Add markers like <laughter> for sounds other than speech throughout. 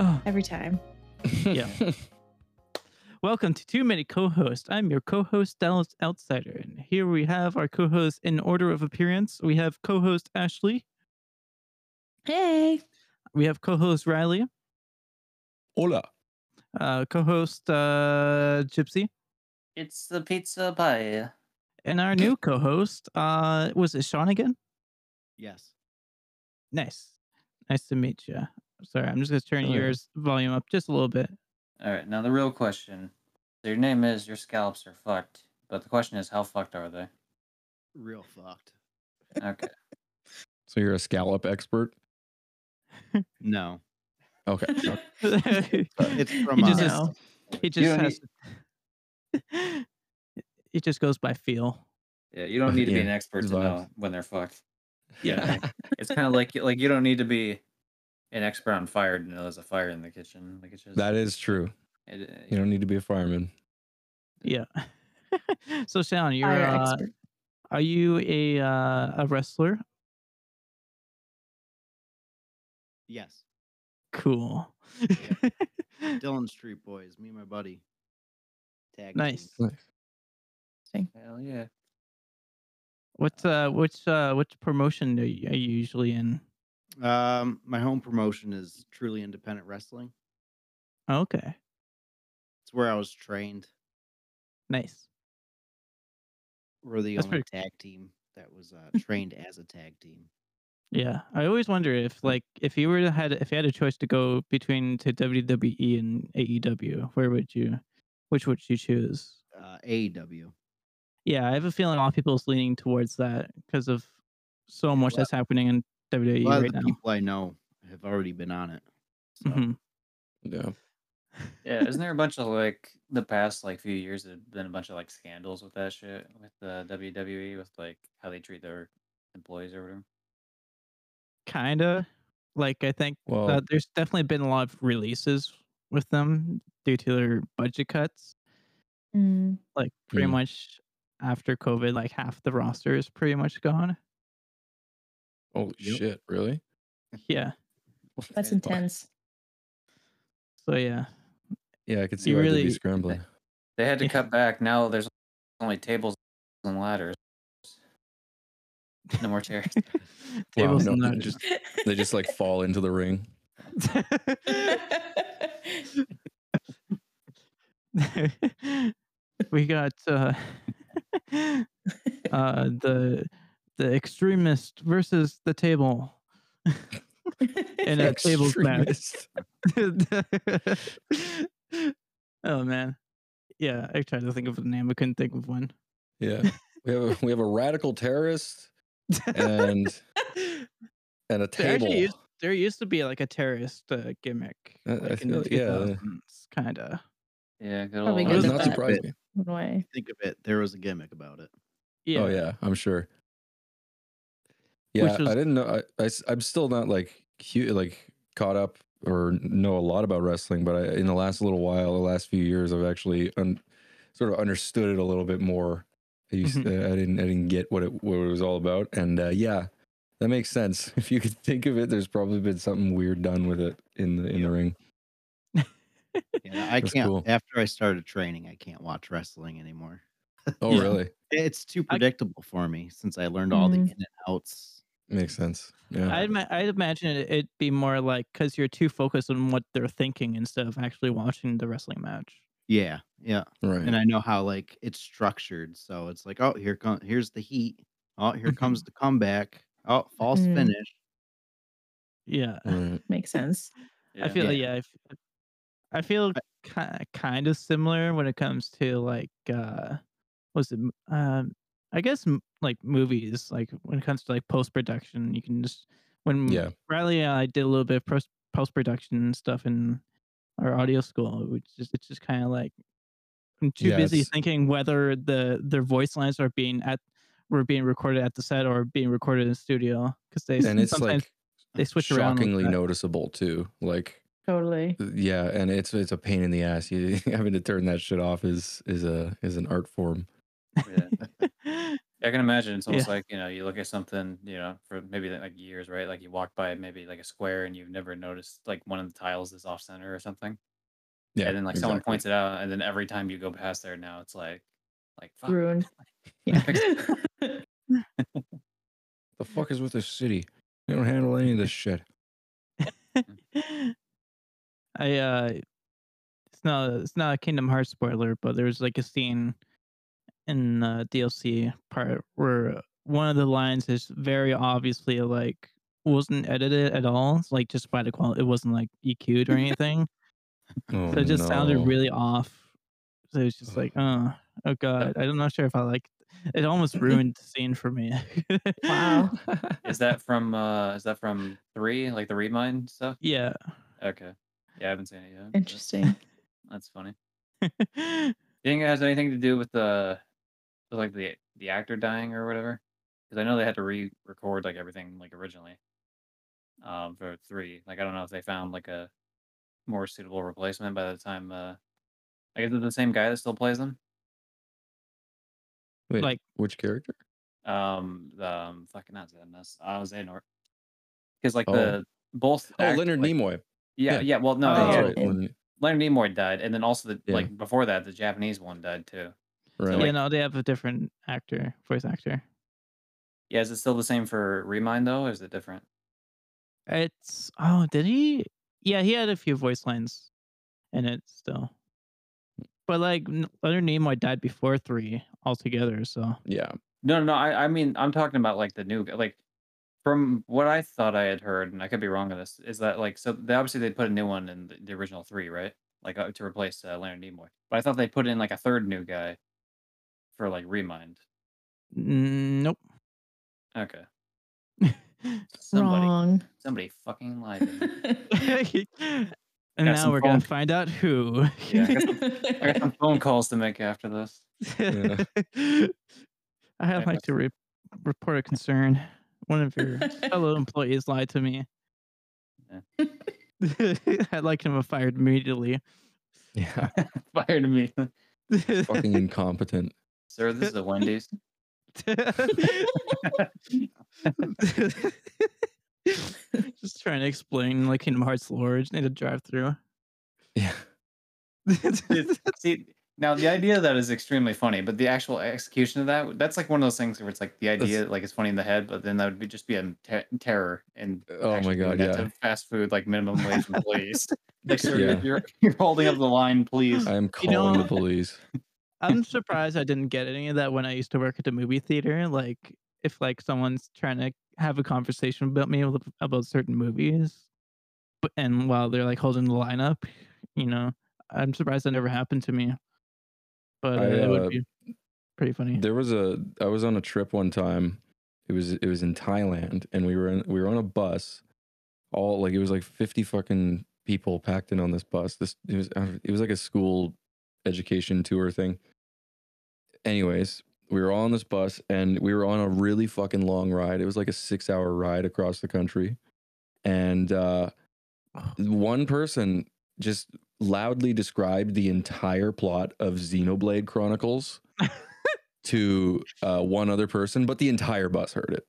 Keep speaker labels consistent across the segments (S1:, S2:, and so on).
S1: Oh.
S2: every time.
S1: <laughs> Yeah. Welcome to Too Many Co-hosts. I'm your co-host Dallas Outsider, and here we have our co-hosts in order of appearance. We have co-host Ashley,
S2: Hey,
S1: we have co-host Riley,
S3: Hola.
S1: uh, co-host uh, Gypsy,
S4: It's the pizza pie.
S1: and our new co-host uh, was it Sean again?
S5: Yes.
S1: Nice, nice to meet you. Sorry, I'm just gonna turn
S3: Hello.
S1: yours volume up just a
S2: <laughs>
S1: little bit. <laughs>
S4: All right, now the real question. So your name is your scallops are fucked, but the question is how fucked are they?
S5: Real fucked.
S4: Okay.
S3: So you're a scallop expert?
S5: No.
S3: <laughs> Okay. okay.
S5: Uh,
S1: <laughs>
S5: It's from
S1: he just,
S5: uh,
S1: has-
S2: No.
S1: he
S4: You
S1: just
S4: don't
S1: has. To, <laughs> it just goes by feel.
S4: Yeah, you
S3: <laughs>
S4: don't need to be
S3: Yeah,
S4: an expert to
S3: vibes.
S4: know when they're fucked.
S3: <laughs>
S4: It's kind of like like you don't need to be an expert on fire to know there's a fire in the kitchen. Like it's just
S3: that is true.
S4: it- uh,
S3: You don't need to be a fireman.
S1: Yeah. <laughs> so Sean, you're
S2: fire
S1: uh,
S2: expert.
S1: are you a uh, a wrestler?
S5: Yes.
S1: Cool. <laughs>
S5: Dylan Street Boys. Me and my buddy. Tag.
S1: nice.
S5: team.
S4: Hell yeah.
S1: What's uh which uh which promotion are you, are you usually in?
S5: Um, my home promotion is truly independent wrestling.
S1: Oh, Okay.
S5: It's where I was trained.
S1: Nice.
S5: We're the
S1: That's
S5: only
S1: pretty
S5: tag team that was uh, trained as a tag team.
S1: Yeah. I always wonder if like if you were to had if you had a choice to go between to WWE and AEW, where would you which would you choose?
S5: Uh, AEW.
S1: Yeah, I have a feeling a lot of people's leaning towards that because of so much
S5: well-
S1: that's happening in
S5: A
S1: WWE
S5: lot of
S1: right
S5: the
S1: now.
S5: people I know have already been on it. So.
S1: Mhm.
S3: Yeah.
S4: Yeah, isn't there a bunch of like the past like few years there's been a bunch of like scandals with that shit with the WWE with like how they treat their employees or whatever?
S1: Kinda. Like I think
S3: Well,
S1: Uh, there's definitely been a lot of releases with them due to their budget cuts.
S2: Mm.
S1: Like pretty
S3: Mm.
S1: much after COVID, like half the roster is pretty much gone. <laughs>
S3: holy
S5: Yep.
S3: shit, really?
S1: Yeah.
S3: What
S2: That's
S3: the fuck?
S2: intense.
S1: So yeah.
S3: Yeah, I could see
S1: You
S3: why they'd
S1: really-
S3: be scrambling.
S4: They had to
S1: Yeah.
S4: cut back. Now there's only tables and ladders. No more
S1: <laughs>
S4: chairs.
S1: Tables
S3: Wow,
S1: and
S3: no, they
S1: ladders.
S3: just
S2: <laughs>
S3: they just like fall into the ring.
S1: <laughs> we got uh, uh the the extremist versus the table <laughs> in a tables match.
S3: Extremist.
S1: oh man. Yeah, I tried to think of a name, I couldn't think of one. <laughs>
S3: <laughs> Yeah. We have a we have a radical terrorist and and a
S1: There
S3: table.
S1: actually is- there used to be like a terrorist uh, gimmick
S3: Uh, I
S1: like in the
S3: feel- yeah. Oh,
S1: 2000s kind of
S4: Yeah, good
S2: Probably
S3: That
S4: old.
S3: does
S2: good
S3: not
S2: that.
S3: surprise me.
S2: One way.
S5: Think of it. There was a gimmick about
S1: <laughs>
S5: it.
S1: yeah,
S3: Oh yeah, I'm sure.
S1: Which
S3: Yeah,
S1: was-
S3: I didn't know. I, I am still not like hu like caught up or know a lot about wrestling, but I, in the last little while, the last few years, I've actually un, sort of understood it a little bit more. I, used,
S1: Mm-hmm.
S3: uh, I didn't I didn't get what it what it was all about, and uh, yeah, that makes sense. <laughs> If you could think of it, there's probably been something weird done with it in the in the
S1: <laughs>
S3: ring.
S5: Yeah, I
S3: That's
S5: can't.
S3: cool.
S5: After I started training, I can't watch wrestling anymore.
S3: Oh,
S1: Yeah.
S3: really?
S5: It's too
S1: I- Mm-hmm.
S5: predictable for me since I learned all the in
S2: Mhm.
S5: and outs.
S3: Makes sense. Yeah.
S1: I'd, ma- I'd imagine it, it'd be more like because you're too focused on what they're thinking instead of actually watching the wrestling match.
S5: Yeah, yeah.
S3: right.
S5: And I know how like it's structured, so it's like, oh, here comes here's the heat. Oh, here
S1: Mm-hmm.
S5: comes the comeback. Oh, false
S2: Mm.
S5: finish.
S1: Yeah,
S3: right.
S2: Makes sense.
S1: I feel
S5: Yeah.
S1: yeah, I, f- I feel ki- kind of similar when it comes to like uh, was it m- um, I guess m- like movies like when it comes to like post production, you can just when
S3: Yeah.
S1: Riley and I did a little bit of post production stuff in our audio school. Which just it's just kind of like I'm too
S3: Yeah,
S1: busy
S3: it's-
S1: thinking whether the their voice lines are being at were being recorded at the set or being recorded in the studio because they s-
S3: And it's
S1: sometimes
S3: like
S1: they switch around. like
S3: shockingly
S1: that.
S3: noticeable too. Like
S2: Totally.
S3: yeah and it's it's a pain in the ass <laughs> you having to turn that shit off is is a is an art form
S4: Yeah.
S1: <laughs>
S4: I can imagine it's almost
S1: Yeah.
S4: like you know you look at something you know for maybe like years, right? Like you walk by maybe like a square and you've never noticed like one of the tiles is off center or something,
S3: Yeah,
S4: and then like someone
S3: exactly.
S4: points it out, and then every time you go past there now, it's like like fuck.
S2: Ruined. Yeah.
S3: The fuck is with this city? They don't handle any of this shit.
S1: I uh it's not it's not a Kingdom Hearts spoiler, but there was like a scene in uh, the DLC part where one of the lines is very obviously like wasn't edited at all. It's like just by the quality it wasn't like
S3: <laughs>
S1: EQ'd or anything.
S3: Oh,
S1: so it just sounded
S3: no.
S1: really off. So it was just like, oh, oh god. I'm not sure if I like
S3: <laughs>
S1: it almost ruined the scene for me.
S2: Wow.
S4: <laughs> Is that from uh is that from three like the remind stuff?
S1: <laughs>
S3: <laughs>
S1: yeah.
S4: Okay, yeah, I haven't seen it yet.
S2: <laughs>
S4: but
S2: Interesting.
S4: That's funny.
S1: I
S4: Do you think it has anything to do with the, with, like the the actor dying or whatever? Because I know they had to re-record like everything like originally, um, for three. Like I don't know if they found like a more suitable replacement by the time. Uh, I guess it's the same guy that still plays them.
S3: Wait,
S1: like-
S3: which character?
S4: Um, the, um, fucking not Zedness. Uh, Xehanort. Because like
S3: Oh.
S4: the both.
S3: Oh,
S4: act-
S3: Leonard
S4: like-
S3: Nimoy.
S4: Yeah,
S3: yeah.
S4: yeah. Well, no,
S2: Oh,
S3: That's
S4: yeah,
S3: right.
S2: okay.
S3: Leonard-
S4: Leonard Nimoy died, and then also the
S3: Yeah.
S4: like before that, the Japanese one died too.
S3: right.
S1: yeah, no, they have a different actor, voice actor.
S4: Yeah, is it still the same for Remind though, or is it different?
S1: It's oh, did he? Yeah, he had a few voice lines in it still. But like n- Leonard Nimoy died before three altogether, so
S3: yeah.
S4: No, no, no. I, I mean, I'm talking about like the new, like from what I thought I had heard, and I could be wrong on this, is that like so they obviously they put a new one in the, the original three, right? Like uh, to replace uh, Leonard Nimoy, but I thought they put in like a third new guy for like Remind.
S1: mm, nope. <laughs>
S4: Okay, somebody,
S2: Wrong. <laughs>
S4: somebody fucking lied. to me.
S2: yeah,
S1: and
S4: Got
S1: now
S4: some
S1: we're gonna
S4: funk.
S1: find out who.
S4: Yeah, I got some, I
S2: <laughs>
S4: got some phone calls to make after this. <laughs>
S1: <laughs>
S3: Yeah.
S1: I'd like to re- report a concern. One of your
S4: <laughs>
S1: fellow employees lied to me. <laughs> I'd like him fired immediately. <laughs>
S3: Yeah.
S4: Fired me,
S3: Fucking incompetent. <laughs>
S4: sir. This is a Wendy's.
S1: <laughs> Just trying to explain like Kingdom Hearts lore. Just need a drive through.
S3: Yeah.
S4: It's- See, now the idea of that is extremely funny, but the actual execution of that, that's like one of those things where it's like the idea, like it's funny in the head, but then that would be just be a te- terror. And
S3: Oh my
S4: actually doing
S3: God,
S4: that
S3: yeah.
S4: to fast food, like minimum
S3: <laughs>
S4: wage employees. like, sir,
S3: Yeah.
S4: you're, you're holding up the line, please.
S3: I am calling
S1: know-
S3: the police.
S1: <laughs> I'm surprised I didn't get any of that when I used to work at the movie theater. Like if like someone's trying to have a conversation about me ab- about certain movies, but and while they're like holding the line up, you know, I'm surprised that never happened to me. But uh,
S3: I,
S1: it
S3: uh,
S1: would be pretty funny.
S3: There was a I was on a trip one time. It was it was in Thailand and we were in, we were on a bus. All like it was like 50 fucking people packed in on this bus. This it was uh, it was like a school education tour thing. Anyways, we were all on this bus and we were on a really fucking long ride. It was like a 6-hour ride across the country. And uh one person just loudly described the entire plot of Xenoblade Chronicles to uh, one other person, but the entire bus heard it.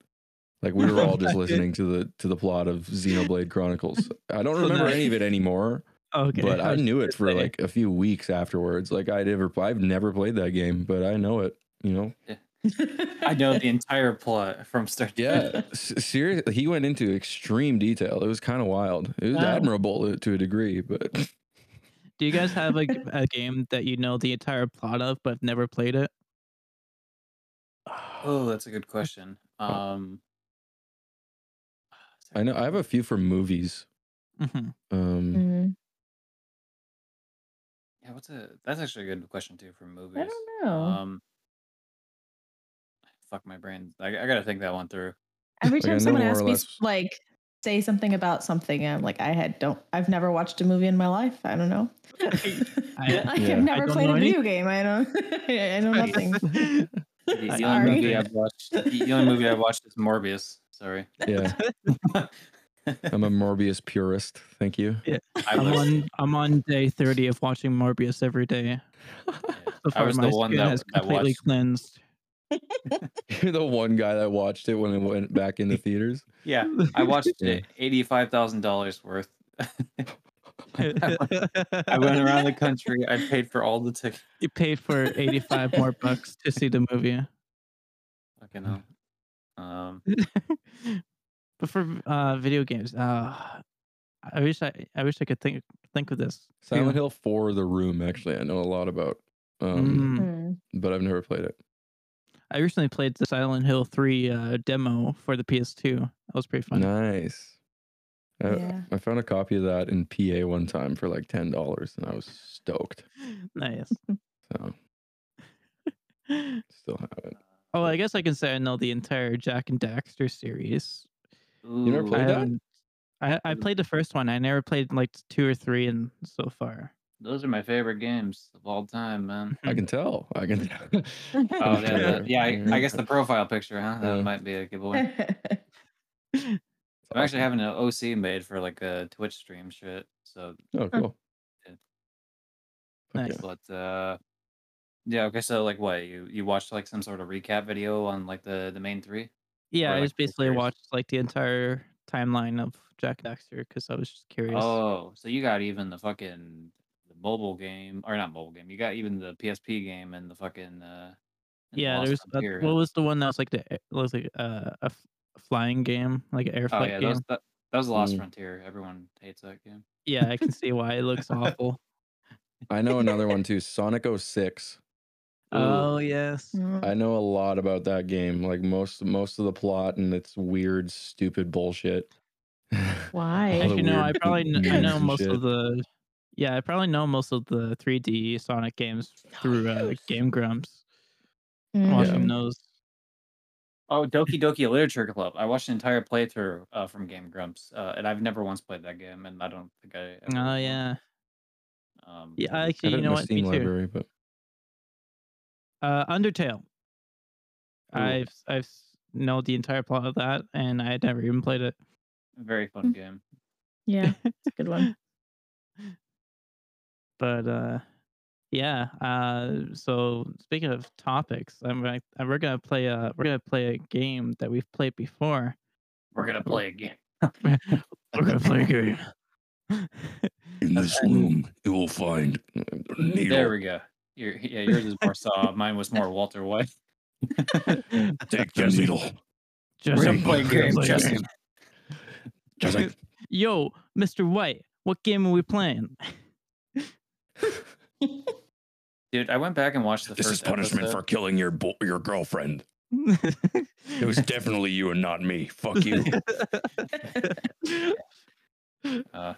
S3: Like we were all just listening to the to the plot of Xenoblade Chronicles. I don't
S1: So
S3: remember
S1: now-
S3: any of it anymore,
S1: okay,
S3: but I
S1: was
S3: knew
S1: gonna
S3: it for
S1: say.
S3: like a few weeks afterwards. Like I never, I've never played that game, but I know it. You know,
S4: I know the entire plot from start to finish.
S3: yeah. Seriously, uh, he went into extreme detail. It was kind of wild. It was
S2: Wow.
S3: admirable to a degree, but <laughs>
S1: Do you guys have
S4: <laughs>
S1: a, g- a game that you know the entire plot of but have never played it?
S4: Oh, that's a good question. Um,
S3: I know I have a few for movies.
S4: <laughs>
S1: Mhm.
S3: Um,
S2: <laughs> Mm,
S4: Yeah, what's a that's actually a good question too for movies.
S2: I don't know.
S4: Um, fuck my brain. I, I gotta think that one through.
S2: Every
S3: Like, I
S2: time
S3: know
S2: someone
S3: more or
S2: asks me,
S3: less-
S2: like, say something about something, I'm like, I had don't, I've never watched a movie in my life. I don't know. <laughs>
S1: I-
S2: I
S3: Yeah.
S2: have
S1: I
S2: never
S1: don't
S2: played
S1: know
S2: a
S1: any-
S2: video game. I don't, <laughs> I, I know nothing.
S4: The, the
S2: Sorry.
S4: only movie I've watched. The, the only movie I've watched is Morbius. Sorry.
S1: Mm. <laughs>
S3: Yeah, I'm a Morbius purist. Thank you. <laughs>
S4: I
S1: I'm
S4: was,
S1: on I'm on day 30 of watching Morbius every day.
S4: yeah,
S1: So
S4: I
S1: far,
S4: was
S1: my
S4: the one
S1: skin
S4: that,
S1: has
S4: that
S1: completely
S4: watched.
S1: cleansed.
S3: You're the one guy that watched it when it went back
S1: <laughs>
S3: into theaters.
S4: Yeah, I watched
S3: Yeah.
S4: eighty-five thousand dollars worth. <laughs> I
S3: <laughs>
S1: I
S4: went around the country. I paid for all the tickets.
S1: <laughs> You paid for 85 more bucks to see the movie.
S4: Fucking hell. Um,
S1: but for uh, video games, uh, I wish I, I wish I could think think of this.
S3: Silent
S1: Yeah.
S3: Hill 4 The Room, actually, I know a lot about, um,
S4: Hmm.
S1: Mm.
S2: Hmm.
S3: but I've never played it.
S1: I recently played the Silent Hill 3 uh, demo for the PS2. That was pretty fun.
S3: Nice. I,
S2: Yeah.
S3: I found a copy of that in PA one time for like ten dollars, and I was stoked.
S1: nice.
S3: So still have it.
S1: Oh, I guess I can say I know the entire Jack and Daxter series.
S3: never
S4: ooh,
S1: I,
S3: played that?
S1: haven't- I, I
S4: Mm.
S1: played the first one. I never played like two or three and so far.
S4: Those are my favorite games of all time, man.
S1: Hmm.
S3: I can tell. I can.
S1: <laughs>
S3: tell.
S4: Oh,
S3: I'm
S4: <laughs> yeah,
S3: sure. <laughs>
S4: the- yeah. I, I guess the profile picture, huh? That
S3: Yeah.
S4: might be
S2: <laughs>
S4: a giveaway. I'm actually having an OC made for like a Twitch stream shit. So,
S3: Oh, cool.
S4: Yeah.
S3: Fuck
S1: Nice.
S4: but uh, yeah. Okay, so like, what you you watched like some sort of recap video on like the the main three?
S1: Yeah,
S4: Or,
S1: I
S4: like,
S1: just basically
S4: characters.
S1: watched like the entire timeline of Jack and Daxter because I was just curious.
S4: Oh, so you got even the fucking the mobile game or not mobile game? You got even the PSP game and the fucking uh, and the
S1: yeah,
S4: Lost
S1: there's a,
S4: Frontier, huh?
S1: what was the one that was like the it was like uh, a f- flying game, like an air
S4: oh
S1: flight
S4: yeah,
S1: game.
S4: those, that that was the Lost
S3: Mm.
S4: Frontier. Everyone hates that game.
S1: Yeah, I can see why it looks awful.
S3: I know another one too. Sonic 06.
S1: oh yes,
S2: Mm.
S3: I know a lot about that game. Like most most of the plot and its weird, stupid bullshit. <laughs>
S2: Why?
S3: All the
S1: actually no, I
S3: weird
S1: probably
S3: poop
S1: kn- I
S3: memes
S1: know
S3: and
S1: most
S3: shit.
S1: of the. Yeah, I probably know most of the 3D Sonic games through <laughs> uh,
S2: <laughs>
S1: Game Grumps.
S2: Mm-hmm.
S1: Watching those.
S4: Oh,
S1: <laughs>
S4: Doki Doki Literature Club. I watched an entire playthrough uh, from Game Grumps, uh, and I've never once played that game, and I don't think I. ever
S1: Oh
S4: will.
S1: yeah,
S4: Um,
S1: yeah.
S4: I,
S3: I
S1: Actually, you
S3: don't
S1: know
S3: know
S1: what? Me
S3: Steam
S1: too.
S3: library, but
S1: Uh, Undertale. I've I've s- know the entire plot of that, and I had never even played it.
S4: very fun game.
S2: Yeah, it's a good one.
S1: But uh, yeah. Uh, so speaking of topics, I'm gonna, uh, we're gonna play a we're gonna play a game that we've played before.
S4: We're gonna play again.
S1: We're gonna play a game. <laughs>
S3: in
S4: this
S3: room, you will find needle.
S4: There we go. Your, yeah, yours is more Saw. Mine was
S1: <laughs>
S4: more Walter White.
S3: Take the needle.
S1: Just
S4: gonna play a game,
S1: play a
S4: Justin.
S1: game. <laughs> Yo, Mr. White, what game are we playing? <laughs>
S4: Dude, I went back and watched the first. episode.
S3: killing your bo- your girlfriend.
S1: <laughs>
S3: definitely you and not me. Fuck
S4: Uh,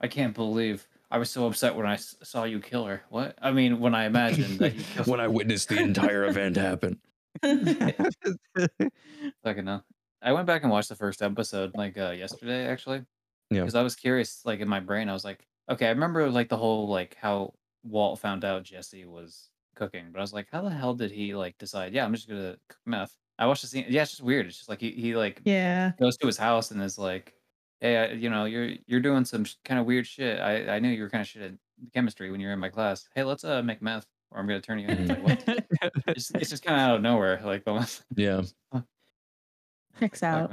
S4: I can't believe I was so upset when I s- saw you kill her. What? I mean, when I imagined that you
S3: <laughs>
S4: killed
S3: I witnessed the entire event happen.
S4: Fucking hell. I went back and watched the first episode like uh, yesterday actually.
S3: Yeah.
S4: Because I was curious, like in my brain, I was like, okay, I remember like the whole like how Walt found out Jesse was cooking, but I was like, how the hell did he like decide? Yeah, I'm just gonna cook meth. I watched the scene. Yeah, it's just weird. It's just like he he like
S2: yeah.
S4: goes to his house and is like, hey, I, you know, you're you're doing some sh- kind of weird shit. I I knew you were kind of shit at chemistry when you were in my class. Hey, let's uh make meth, or I'm gonna turn you in. It's, like, what? it's, it's just kind of out of nowhere. Like <laughs> the one.
S3: Yeah,
S2: Checks out.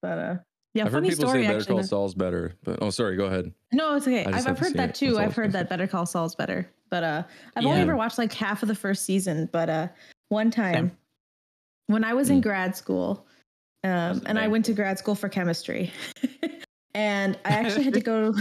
S2: But uh, yeah,
S3: I've heard
S2: funny
S3: people
S2: story
S3: say Better
S2: actually.
S3: Call Saul's better, but oh, sorry, go ahead.
S2: No, it's okay.
S3: I just
S2: I've, I've
S3: haven't
S2: heard
S3: seen
S2: that
S3: it.
S2: too.
S3: That's all I
S2: I've
S3: was
S2: heard
S3: gonna
S2: that Better Call Saul's better, but uh, I've only
S1: Yeah.
S2: ever watched like half of the first season. But uh, one time when I was in
S3: Mm.
S2: grad school, um,
S4: Wasn't
S2: and I
S4: bad.
S2: went to grad school for chemistry, <laughs> and I actually had to go,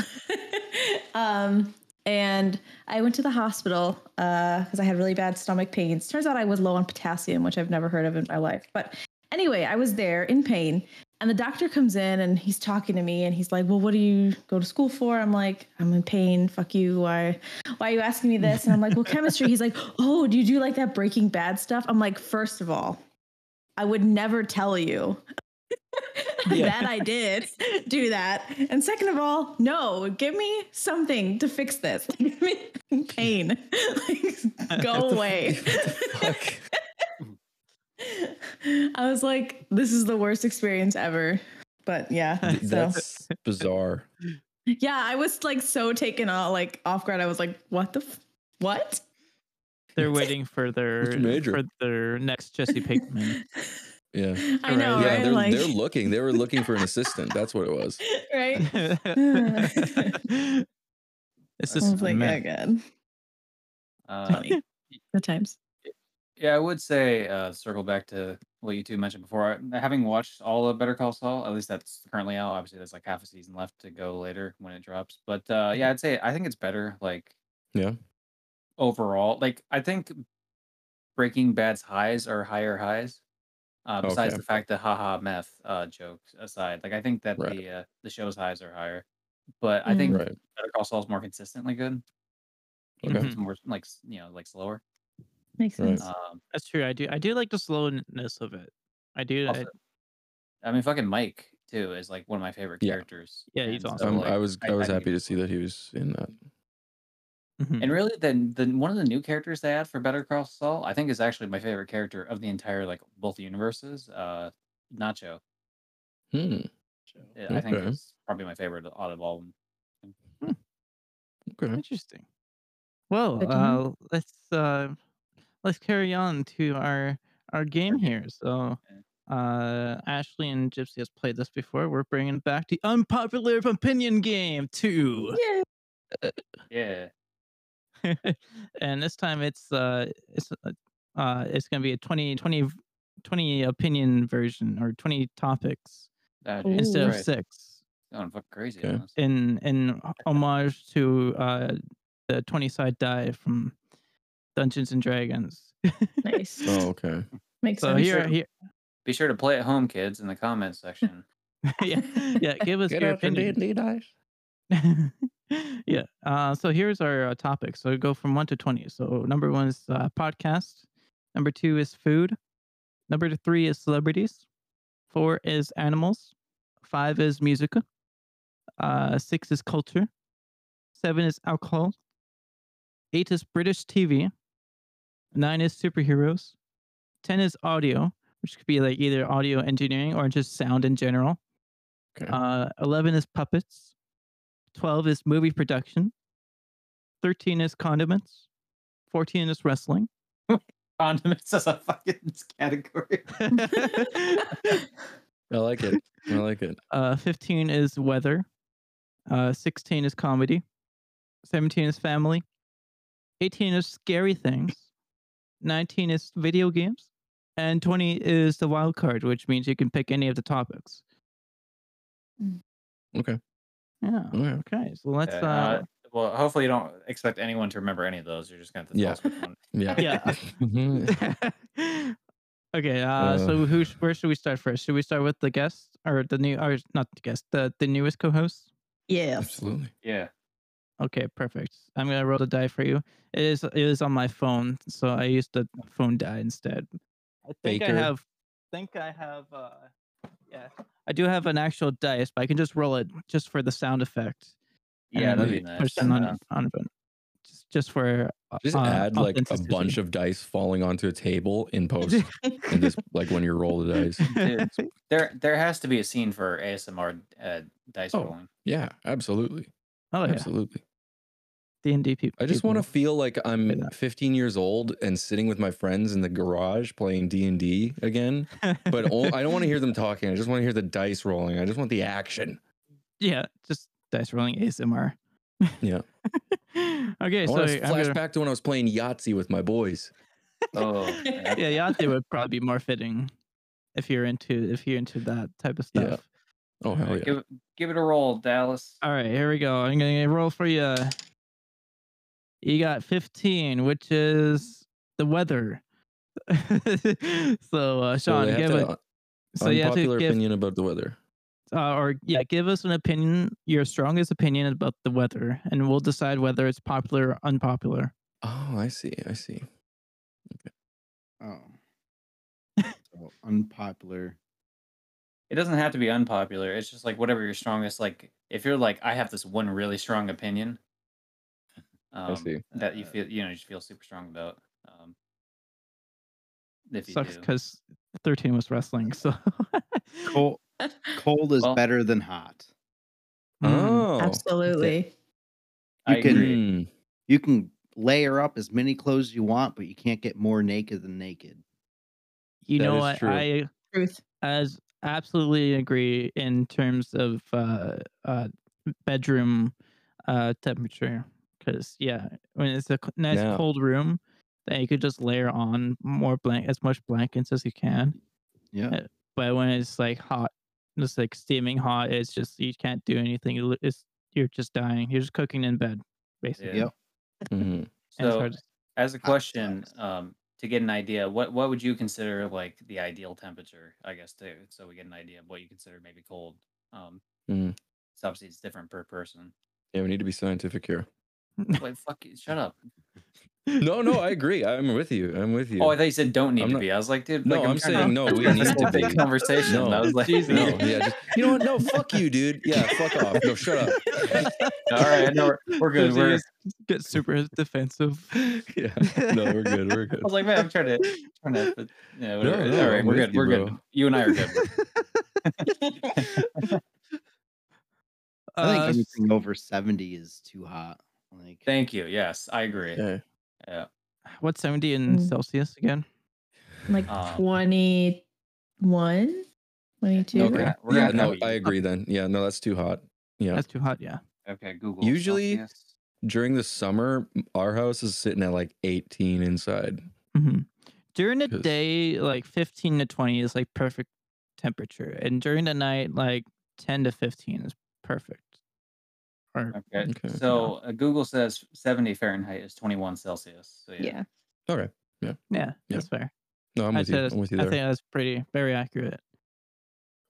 S2: <laughs> um, and I went to the hospital because I had really bad stomach pains. Turns out I was low on potassium, which I've never heard of in my life. But anyway, I was there in pain. And the doctor comes in and he's talking to me and he's like, "Well, what do you go to school for?" I'm like, "I'm in pain. Fuck you. Why, why are you asking me this?" And I'm like, "Well, chemistry." He's like, "Oh, do you do like that Breaking Bad stuff?" I'm like, first of all, I would never tell you <laughs>
S1: Yeah.
S2: that I did do that. And second of all, no, give me something to fix this. <laughs> Give me pain. <laughs> Like, go away. I was like, this is the worst experience ever. But yeah, <laughs>
S3: Th-
S2: so
S3: That's bizarre.
S2: yeah, I was like so taken off, like off guard. I was like, what the, f- what?
S1: They're waiting for their
S3: Mr. Major.
S1: for their next Jesse
S2: <laughs>
S1: Pinkman.
S3: Yeah.
S2: I know,
S1: Alright.
S3: yeah,
S2: right?
S3: they're,
S2: like,
S3: they're looking. They were looking for an assistant. That's what it was.
S2: <laughs>
S3: <laughs>
S2: right?
S1: it's
S2: I
S1: just
S2: was like, oh
S3: <laughs>
S2: god,
S4: Uh,
S2: funny. the times.
S4: yeah, I would say uh, circle back to what you two mentioned before. I, having watched all of Better Call Saul, at least that's currently out. Obviously, there's like half a season left to go later when it drops. But uh, yeah, I'd say I think it's better. Like,
S3: Yeah.
S4: overall, like I think Breaking Bad's highs are higher highs. Uh, besides
S3: Okay.
S4: the fact that haha meth uh, jokes aside, like I think that
S3: Right.
S4: the uh, the show's highs are higher, but I think
S3: Right.
S4: Better Call Saul's more consistently good.
S3: Okay.
S4: It's more like s- you know like slower.
S2: Makes
S3: Right.
S2: sense.
S4: Um,
S1: That's true. I do. I do like the slowness of it. I do. I-
S4: also- I mean, fucking Mike too is like one of my favorite
S3: Yeah.
S4: characters.
S1: Yeah, he's
S4: and
S1: awesome.
S3: Um,
S4: like,
S3: I was I,
S4: I-
S3: was
S4: I think
S3: happy to
S4: it's
S3: see
S4: cool.
S3: that he was in that.
S2: mm-hmm,
S1: mhm.
S4: And really, then the one of the new characters they add for Better Call Saul, I think, is actually my favorite character of the entire like both universes. Uh, Nacho,
S3: Hmm.
S4: I- I think
S3: Okay.
S4: is probably my favorite out of all. of 'em.
S2: mm-hmm.
S3: Okay.
S1: Interesting. Well,
S2: Good to
S1: uh,
S2: know.
S1: let's uh, let's carry on to our our game here. So, uh, Ashley and Gypsy has played this before. We're bringing back the unpopular opinion game too,
S2: Yeah.
S4: Yeah,
S1: <laughs> and this time it's uh it's uh, uh it's gonna be a 20, 20, 20 opinion version or twenty topics
S4: that
S2: Ooh.
S1: instead of
S4: Right.
S1: six.
S4: going fucking crazy.
S3: Okay.
S4: honestly.
S1: in in h- homage to uh the 20 side die from Dungeons and Dragons.
S2: Nice.
S3: Oh, okay.
S2: Makes
S1: so
S2: sense.
S1: here, here
S4: Be sure to play at home, kids, in the comments section.
S1: <laughs> yeah, yeah, give us your opinion.
S3: dice.
S1: <laughs> yeah. Uh, so here's our uh, topic. So go from one to 20. So number one is uh, podcast. Number two is food. Number three is celebrities. Four is animals. Five is music. Uh, six is culture. Seven is alcohol. Eight is British TV. Nine is superheroes. Ten is audio, which could be like either audio engineering or just sound in general.
S3: Okay.
S1: Uh, 11 is puppets. 12 is movie production. 13 is condiments. 14 is wrestling.
S4: <laughs> Condiments as a fucking category.
S3: I like it. I like it.
S1: uh, 15 is weather. Uh, 16 is comedy. 17 is family. 18 is scary things. 19 is video games. And 20 is the wild card, which means you can pick any of the topics.
S3: Okay. Mm.
S1: Yeah.
S3: Okay.
S1: Okay. So let's.
S4: Okay,
S1: uh,
S4: uh, well, hopefully you don't expect anyone to remember any of those. You're just gonna have to
S3: Yeah.
S4: toss which one.
S3: Yeah. <laughs>
S1: yeah.
S3: Mhm.
S1: <laughs> okay, uh,
S3: Uh,
S1: so who sh- where should we start first? Should we start with the guest or the new or not the guest, the, the newest co-host?
S2: yeah. <laughs>
S3: Absolutely.
S4: Yeah.
S1: Okay, perfect. I'm gonna roll the die for you. It is it is on my phone, so I used the phone die instead. I think
S3: Baker.
S1: I have think I have uh yeah. I do have an actual dice, but I can just roll it just for the sound effect. and
S4: Yeah,
S1: then
S4: that'd
S1: we
S4: be
S1: push
S4: nice.
S1: it on,
S4: Uh,
S1: on it. Just just for uh,
S3: Just
S1: uh,
S3: add like a
S1: authenticity.
S3: bunch
S1: <laughs>
S3: of dice falling onto a table in post, and just like when you roll the
S1: <laughs>
S3: dice.
S4: There, there has to be a scene for ASMR uh, dice
S3: Oh.
S1: <laughs>
S4: rolling.
S3: Yeah. Absolutely.
S1: oh yeah.
S3: Absolutely.
S1: D and D people.
S3: I just want to feel like I'm
S1: that.
S3: 15 years old and sitting with my friends in the garage playing D and D again. But o- I don't want to hear them talking. I just want to hear the dice rolling. I just want the action.
S1: <laughs> Yeah, just dice rolling ASMR.
S3: Yeah.
S1: <laughs> okay,
S3: I
S1: so
S3: want
S1: I'm
S3: to flash
S1: gonna-
S3: back to when I was playing Yahtzee with my boys.
S4: <laughs> Oh,
S2: Yeah,
S1: yeah, Yahtzee
S3: <laughs>
S1: would probably be more fitting if you're into if you're into that type of
S3: Yeah.
S1: stuff.
S3: Oh hell yeah!
S4: Give, it- give it a roll, Dallas.
S1: All right, here we go. I'm gonna roll for you. You got 15, which is the weather. <laughs> so uh,
S3: So
S1: Sean,
S3: they have
S1: give
S3: to
S1: it.
S3: have
S1: So you have
S3: unpopular
S1: to give,
S3: opinion about the weather.
S1: uh, or yeah, give us an opinion, your strongest opinion about the weather, and we'll decide whether it's popular or unpopular.
S3: Oh, I see. I see.
S5: Oh. so unpopular.
S4: It doesn't have to be unpopular. It's just like whatever your strongest. Like if you're like, I have this one really strong opinion. <laughs> Um,
S3: see.
S4: That you
S5: Uh,
S4: feel, you know, you feel super strong about. Um, if you
S1: Sucks
S4: do.
S1: because 13 was wrestling. So
S5: Cold, cold is
S4: Well-
S5: better than hot.
S1: Mm,
S3: Oh,
S2: Absolutely.
S5: You
S4: I
S5: can-
S4: agree.
S3: mm,
S5: You can layer up as many clothes as you want, but you can't get more naked than naked.
S1: <laughs> You
S3: That
S1: know
S3: is
S1: what?
S3: true.
S1: I
S2: Truth.
S1: as absolutely agree in terms of uh, uh, bedroom uh, temperature because yeah when it's a c- nice
S3: Now-
S1: cold room then you could just layer on more blank as much blankets as you can
S5: Yeah.
S1: Yeah. but when it's like hot it's like steaming hot it's just you can't do anything You lo- it's you're just dying you're just cooking in bed basically
S5: Yep.
S3: Mhm.
S1: And it's
S4: So,
S1: hard to-
S4: as a question, um, to get an idea, what what would you consider like the ideal temperature? I guess to so we get an idea of what you consider maybe cold. Um,
S3: Mhm.
S4: so obviously it's different per
S3: <laughs>
S4: person.
S3: Yeah, we need to be scientific here.
S4: Wait, fuck, you, shut up.
S3: No, no, I agree. I'm with you. I'm with you.
S4: Oh, I thought you said don't need
S3: I'm
S4: to
S3: not-
S4: be. I was like, dude,
S3: No,
S4: like,
S3: I'm
S4: trying
S3: saying
S4: <laughs>
S3: no,
S4: I'm
S3: we
S4: trying
S3: need to
S4: hold this
S3: be. <laughs>
S4: Conversation.
S3: No.
S4: I was like,
S1: Jesus.
S3: no, yeah, just, you know what? No, fuck you, dude. Yeah, fuck off. No, shut up.
S1: <laughs>
S4: all right, no, we're, we're good.
S1: Because you
S4: We're,
S1: just get super
S4: <laughs>
S1: defensive
S3: Yeah, no, we're good. We're
S1: <laughs>
S3: good.
S4: I was like, man, I'm trying to, trying to, but, yeah, whatever.
S3: no,
S4: all right,
S3: I'm
S4: we're
S3: with
S4: good.
S3: you, bro.
S4: we're good. You and I
S3: <laughs>
S4: are good.
S5: I think
S1: Uh,
S5: anything over 70 is too hot. Like
S4: Thank you. Yes, I agree.
S3: Yeah.
S1: What's 70 in
S2: Mm.
S1: Celsius again?
S2: <laughs> Like
S4: Um,
S2: 21, 22.
S4: Okay.
S3: Okay.
S4: We're
S3: yeah,
S4: not
S3: no,
S4: gonna-
S3: I agree then. Yeah, no, that's too hot. Yeah.
S1: That's too hot, yeah.
S4: Okay, Google.
S3: Usually-
S4: Celsius.
S3: During the summer, m- our house is sitting at like 18 inside.
S1: hmm During the
S3: 'Cause-
S1: day, like 15 to 20 is like perfect temperature. And during the night, like 10 to 15 is perfect. Or
S4: Okay.
S3: Okay.
S4: So uh, Google says 70 Fahrenheit is 21 Celsius. So yeah.
S2: Yeah.
S3: Okay.
S1: yeah,
S3: Yeah.
S1: that's fair.
S3: No, I'm
S1: I
S3: with you.
S1: said that's-
S3: I'm with you
S1: I
S3: there.
S1: think that's pretty very accurate.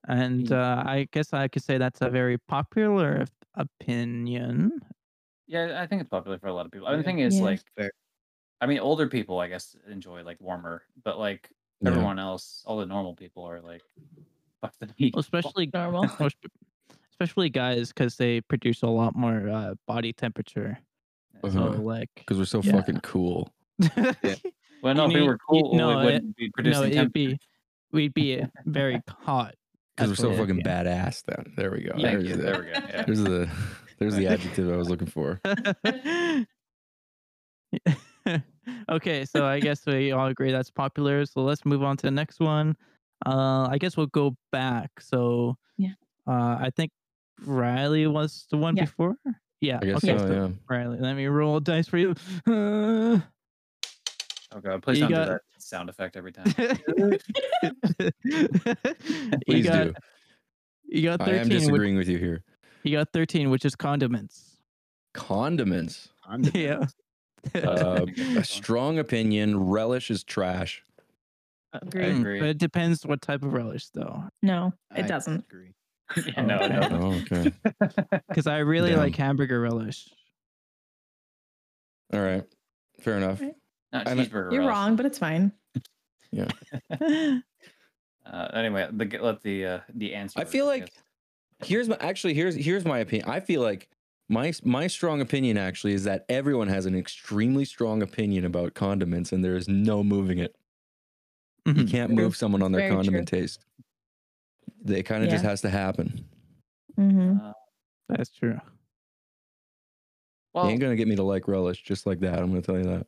S2: Mm.
S1: And uh, I guess I could say that's a very popular op- opinion.
S4: Yeah, I think it's popular for a lot of people. I
S5: Yeah.
S4: The thing is,
S2: Yeah.
S4: like,
S5: Fair.
S4: I mean, older people, I guess, enjoy like warmer, but like
S3: Yeah.
S4: everyone else, all the normal people are like, <laughs> fuck the heat.
S1: Well, especially
S2: normal.
S1: <laughs> most- especially guys because they produce a lot more uh, body temperature. So
S3: Uh-huh.
S1: like
S3: Because we're so
S1: Yeah.
S3: fucking cool.
S1: <laughs>
S4: Well, no,
S1: You
S4: if we
S1: need-
S4: were
S1: you-
S4: cool,
S1: no,
S4: we
S1: it-
S4: wouldn't be
S1: no,
S4: producing
S1: it'd
S4: temperature.
S1: be we'd be
S3: <laughs>
S1: very hot.
S3: Because we're
S1: That's
S3: so
S1: what it is,
S3: fucking
S1: yeah.
S3: badass then. There we go.
S1: Yeah.
S3: There's,
S4: Thank you.
S3: the,
S4: There we go.
S3: <laughs>
S4: Yeah.
S3: there's the there's
S1: <laughs>
S3: the adjective I was looking for.
S1: okay, so I guess we all agree that's popular. So let's move on to the next one. Uh, I guess we'll go back. So
S2: Yeah.
S1: uh, I think Riley was the one
S2: Yeah.
S1: before. Yeah.
S3: I guess
S1: okay.
S3: so,
S1: so
S3: yeah.
S1: Riley, let me roll a dice for you. <laughs> Uh,
S4: Oh god, please
S1: You
S4: don't
S1: got-
S4: do that sound effect every
S1: <laughs>
S4: time.
S1: you
S3: Please
S1: got,
S3: do.
S1: You got
S3: I am
S1: thirteen. Which,
S3: disagreeing with you here.
S1: you got thirteen, which is condiments. <laughs>
S3: Condiments.
S5: I'm the
S1: Yeah.
S5: best.
S3: Uh,
S4: I
S1: Oh.
S3: a strong opinion. Relish is
S1: <laughs>
S3: trash.
S4: I
S2: Agree.
S1: Mm,
S4: agree.
S1: But it depends what type of relish, though.
S2: No,
S5: I
S2: it doesn't.
S5: Agree.
S4: <laughs> yeah, no,
S1: Okay.
S4: no, no.
S3: Oh, okay.
S1: Because I really
S3: Damn.
S1: like hamburger relish.
S3: All right. Fair enough.
S4: not
S3: I'm a-
S4: cheeseburger.
S2: You're
S4: relish.
S2: wrong, but it's
S5: <laughs>
S2: fine. <laughs>
S4: Uh, anyway, the, g- let the uh, the answer.
S3: I feel like-
S4: guess.
S3: here's my actually here's here's my opinion. I feel like my my strong opinion actually is that everyone has an extremely strong opinion about condiments, and there is no moving it. You
S1: Mhm.
S3: can't
S2: True.
S3: move someone on their
S2: Very true.
S3: condiment taste. It kind of just
S2: Yeah.
S3: has to happen.
S2: hmm
S1: That's
S2: <laughs>
S1: true.
S4: well,
S3: you ain't gonna get me to like relish just like that. I'm gonna tell you that.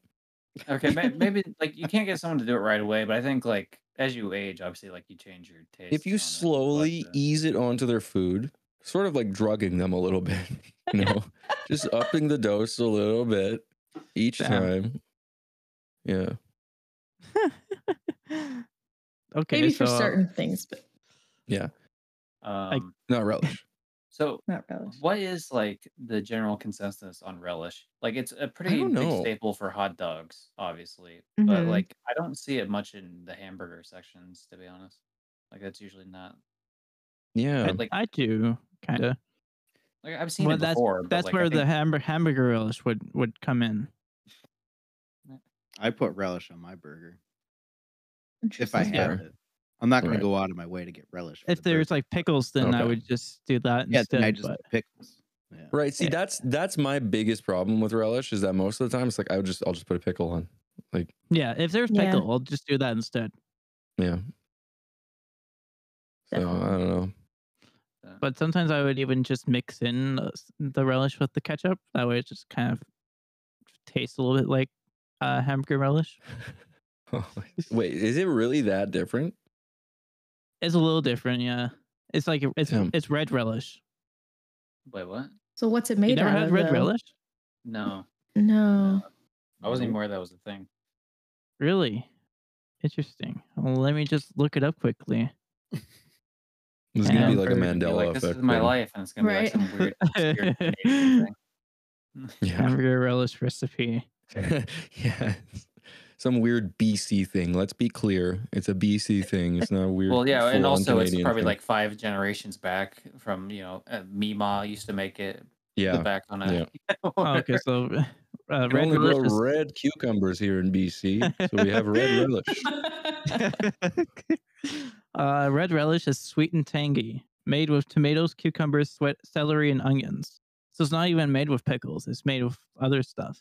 S4: okay, may- maybe like you can't get someone to do it right away, but I think like as you age, obviously, like you change your taste.
S3: If you slowly e ease it onto their food, sort of like drugging them a little <laughs> bit, you know, just upping the dose a little bit each
S1: Damn.
S3: time. Yeah.
S1: okay.
S2: Maybe
S1: so uh,
S2: for certain things, but
S4: um,
S3: Not relish.
S4: so
S2: not relish.
S4: what is like the general consensus on relish? Like it's a pretty
S3: don't
S4: big
S3: know.
S4: staple for hot dogs, obviously, but
S2: Mhm.
S4: like I don't see it much in the hamburger sections, to be honest. Like that's usually not
S3: Yeah.
S4: like
S1: I do kind of.
S4: like I've seen
S1: Well,
S4: it
S1: that's
S4: before. but,
S1: that's
S4: like, I
S1: where the
S4: think-
S1: hamburger hamburger relish would would come in.
S5: I put relish on my burger if I
S2: Interesting.
S5: have
S3: fair.
S5: it. I'm not going
S3: Right.
S5: to go out of my way to get relish. for
S1: If
S5: the burger.
S1: there's like pickles, then I
S3: Okay.
S1: would just do that
S5: yeah,
S1: instead.
S5: then I just
S1: but-
S5: pick. pickles. Yeah.
S3: Right. See, that's that's my biggest problem with relish is that most of the time it's like I would just I'll just put a pickle on.
S1: yeah, if there's
S2: Yeah.
S1: pickle, I'll just do that instead.
S3: Yeah. So I
S2: Definitely.
S3: don't know. <laughs>
S4: uh,
S1: But sometimes I would even just mix in the- the relish with the ketchup. That way, it just kind of tastes a little bit like uh, hamburger relish.
S3: Oh, Wait, is it really that different?
S1: It's a little different, yeah. It's like it's
S3: Damn.
S1: it's red relish.
S4: Wait, what?
S2: So what's it
S1: You
S2: made
S1: never
S2: out
S1: had
S2: of?
S1: red
S2: though?
S1: relish?
S4: No,
S2: Uh, No.
S4: I wasn't even aware that was a thing.
S1: Really? Interesting. Well, let me just look it up quickly.
S3: It's gonna be
S1: Yeah.
S3: like a
S4: Or it'd be
S3: Mandela
S4: like,
S3: effect.
S4: This is my
S3: thing.
S4: life, and it's gonna be like some weird.
S1: <laughs>
S4: obscure Canadian thing.
S3: Yeah,
S1: Hamburger relish
S3: <laughs>
S1: recipe.
S3: <laughs> yeah. Some weird BC thing. Let's be clear, it's a BC thing. It's not a weird.
S4: Well, yeah, and
S3: full-on
S4: also it's
S3: Canadian
S4: probably
S3: thing.
S4: like five generations back from you know uh, Mima used to make it
S3: yeah.
S4: back on <laughs> a.
S1: Oh, okay, so uh,
S3: We
S1: red
S3: only grow
S1: relish. is-
S3: red cucumbers here in BC, so we have red relish.
S1: <laughs> uh, red relish is sweet and tangy, made with tomatoes, cucumbers, sweat, celery, and onions. So it's not even made with pickles. It's made with other stuff.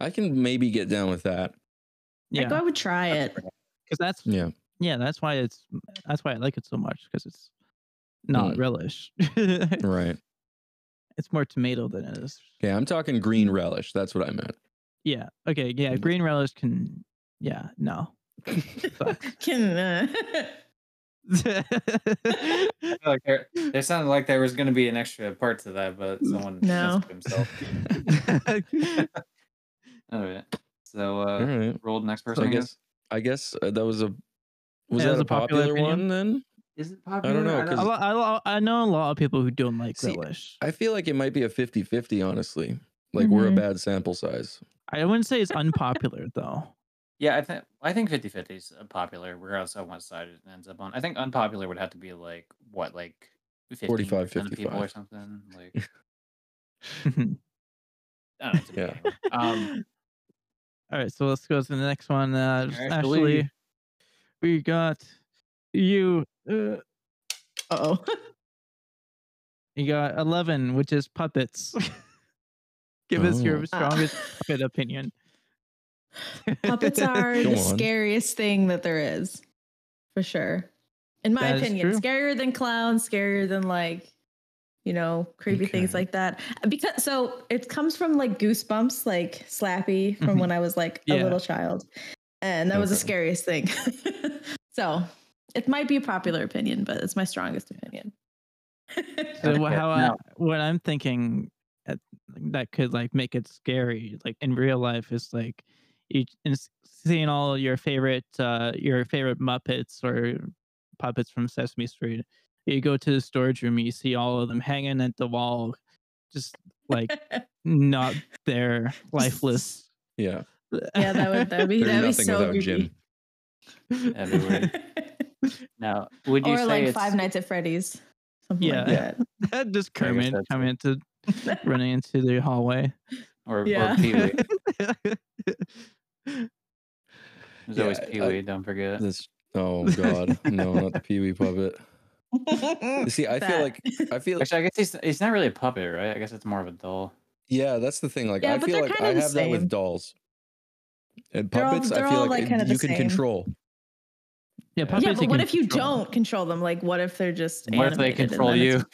S3: I can maybe get down with that.
S2: Like,
S1: Yeah,
S2: I would try it.
S1: because that's
S3: Yeah,
S1: yeah, that's why it's that's why I like it so much because it's not
S3: Mm.
S1: relish. <laughs>
S3: right.
S1: it's more tomato than it is.
S3: Okay, I'm talking
S4: Mm.
S3: green relish. That's what I meant.
S1: Yeah. Okay.
S3: Mm.
S1: Yeah. Green relish can. Yeah. No. <laughs>
S3: <laughs>
S1: Sucks.
S2: <laughs> Can, uh, <laughs>
S4: I feel like there, there sounded like there was going to be an extra part to that, but someone
S2: No.
S4: censored himself. All right. So
S3: All
S4: uh,
S3: right.
S4: rolled next
S3: So
S4: person.
S3: I
S4: I
S3: guess. I guess uh, that was a. Was
S1: Yeah, it
S3: that
S1: was
S3: a
S1: a popular
S3: popular,
S1: opinion.
S3: one then?
S4: Is it
S3: don't
S4: popular?
S3: know, 'cause-
S1: I, lo- I, lo- I know a lot of people who don't like
S3: See,
S1: relish.
S3: I feel like it might be a 50-50, Honestly, like we're a
S2: Mhm.
S3: bad sample size. I
S1: I wouldn't say it's unpopular though. <laughs>
S4: Yeah, I think I think 50-50 is popular, regardless of what side it ends up on. I think unpopular would have to be like what, like
S3: 45,
S4: 15% of people or
S3: 55.
S4: something.
S3: <laughs>
S4: Like I don't know. It's a
S3: Yeah.
S4: big game. Um,
S1: All right. So let's go to the next one. Uh, Ashley,
S4: Ashley.
S1: we got you. Uh,
S2: oh.
S1: you got eleven, which is puppets. <laughs> Give us
S3: Oh.
S1: your strongest puppet opinion. <laughs>
S2: Puppets are
S3: Go
S2: the
S3: on.
S2: scariest thing that there is, for sure. In my
S1: That is
S2: opinion,
S1: true.
S2: scarier than clowns, scarier than like, you know, creepy things
S3: Okay.
S2: like that. Because so it comes from like goosebumps, like Slappy from when I was like a
S1: Yeah.
S2: little child, and that was the
S3: Okay.
S2: scariest thing. <laughs> so it might be a popular opinion, but it's my strongest opinion.
S1: So wha-
S4: Okay,
S1: how I,
S4: now-
S1: what I'm thinking at, that could like make it scary, like in real life, is like you and s- seeing all your favorite uh your favorite Muppets or puppets from Sesame Street. You go to the storage room, you see all of them hanging at the wall, just like
S2: <laughs>
S1: not there, lifeless.
S3: Yeah,
S2: <laughs> yeah, that
S1: <laughs>
S2: would that would be
S3: <laughs> They're
S2: that would be
S3: nothing
S2: so
S3: without
S2: creepy.
S3: <laughs>
S4: that'd be weird. Um,
S2: <laughs>
S4: Now, would you
S2: or
S4: say
S2: like
S4: it's,
S2: Five Nights at Freddy's. Something
S1: Yeah.
S2: like that.
S1: just Kermit
S4: that's-
S2: <laughs>
S1: coming into running into the hallway. <laughs>
S4: or,
S2: Yeah.
S4: or Pee Wee? There's always
S3: Yeah,
S4: Pee
S3: I-
S4: Wee. Don't forget.
S3: This oh god, no,
S2: <laughs>
S3: not the Pee Wee puppet. See, I feel
S2: That.
S3: like
S4: <laughs>
S3: I feel
S4: Actually, I guess he's he's not really a puppet, right? I guess it's more of a doll.
S3: yeah, that's the thing. Like
S2: Yeah,
S3: I
S2: but
S3: feel
S2: they're
S3: like I
S2: kinda the
S3: have that
S2: same.
S3: with dolls. And
S2: They're all-
S3: puppets,
S2: they're
S3: I feel
S2: all,
S3: like,
S2: like,
S3: it-
S2: kinda the
S3: you can
S2: same.
S3: control.
S1: Yeah,
S4: Yeah,
S2: yeah,
S1: puppets
S2: but what if you
S1: control.
S2: don't control them? Like, what if they're just
S4: What if they
S2: animated and
S4: control
S2: then
S4: you?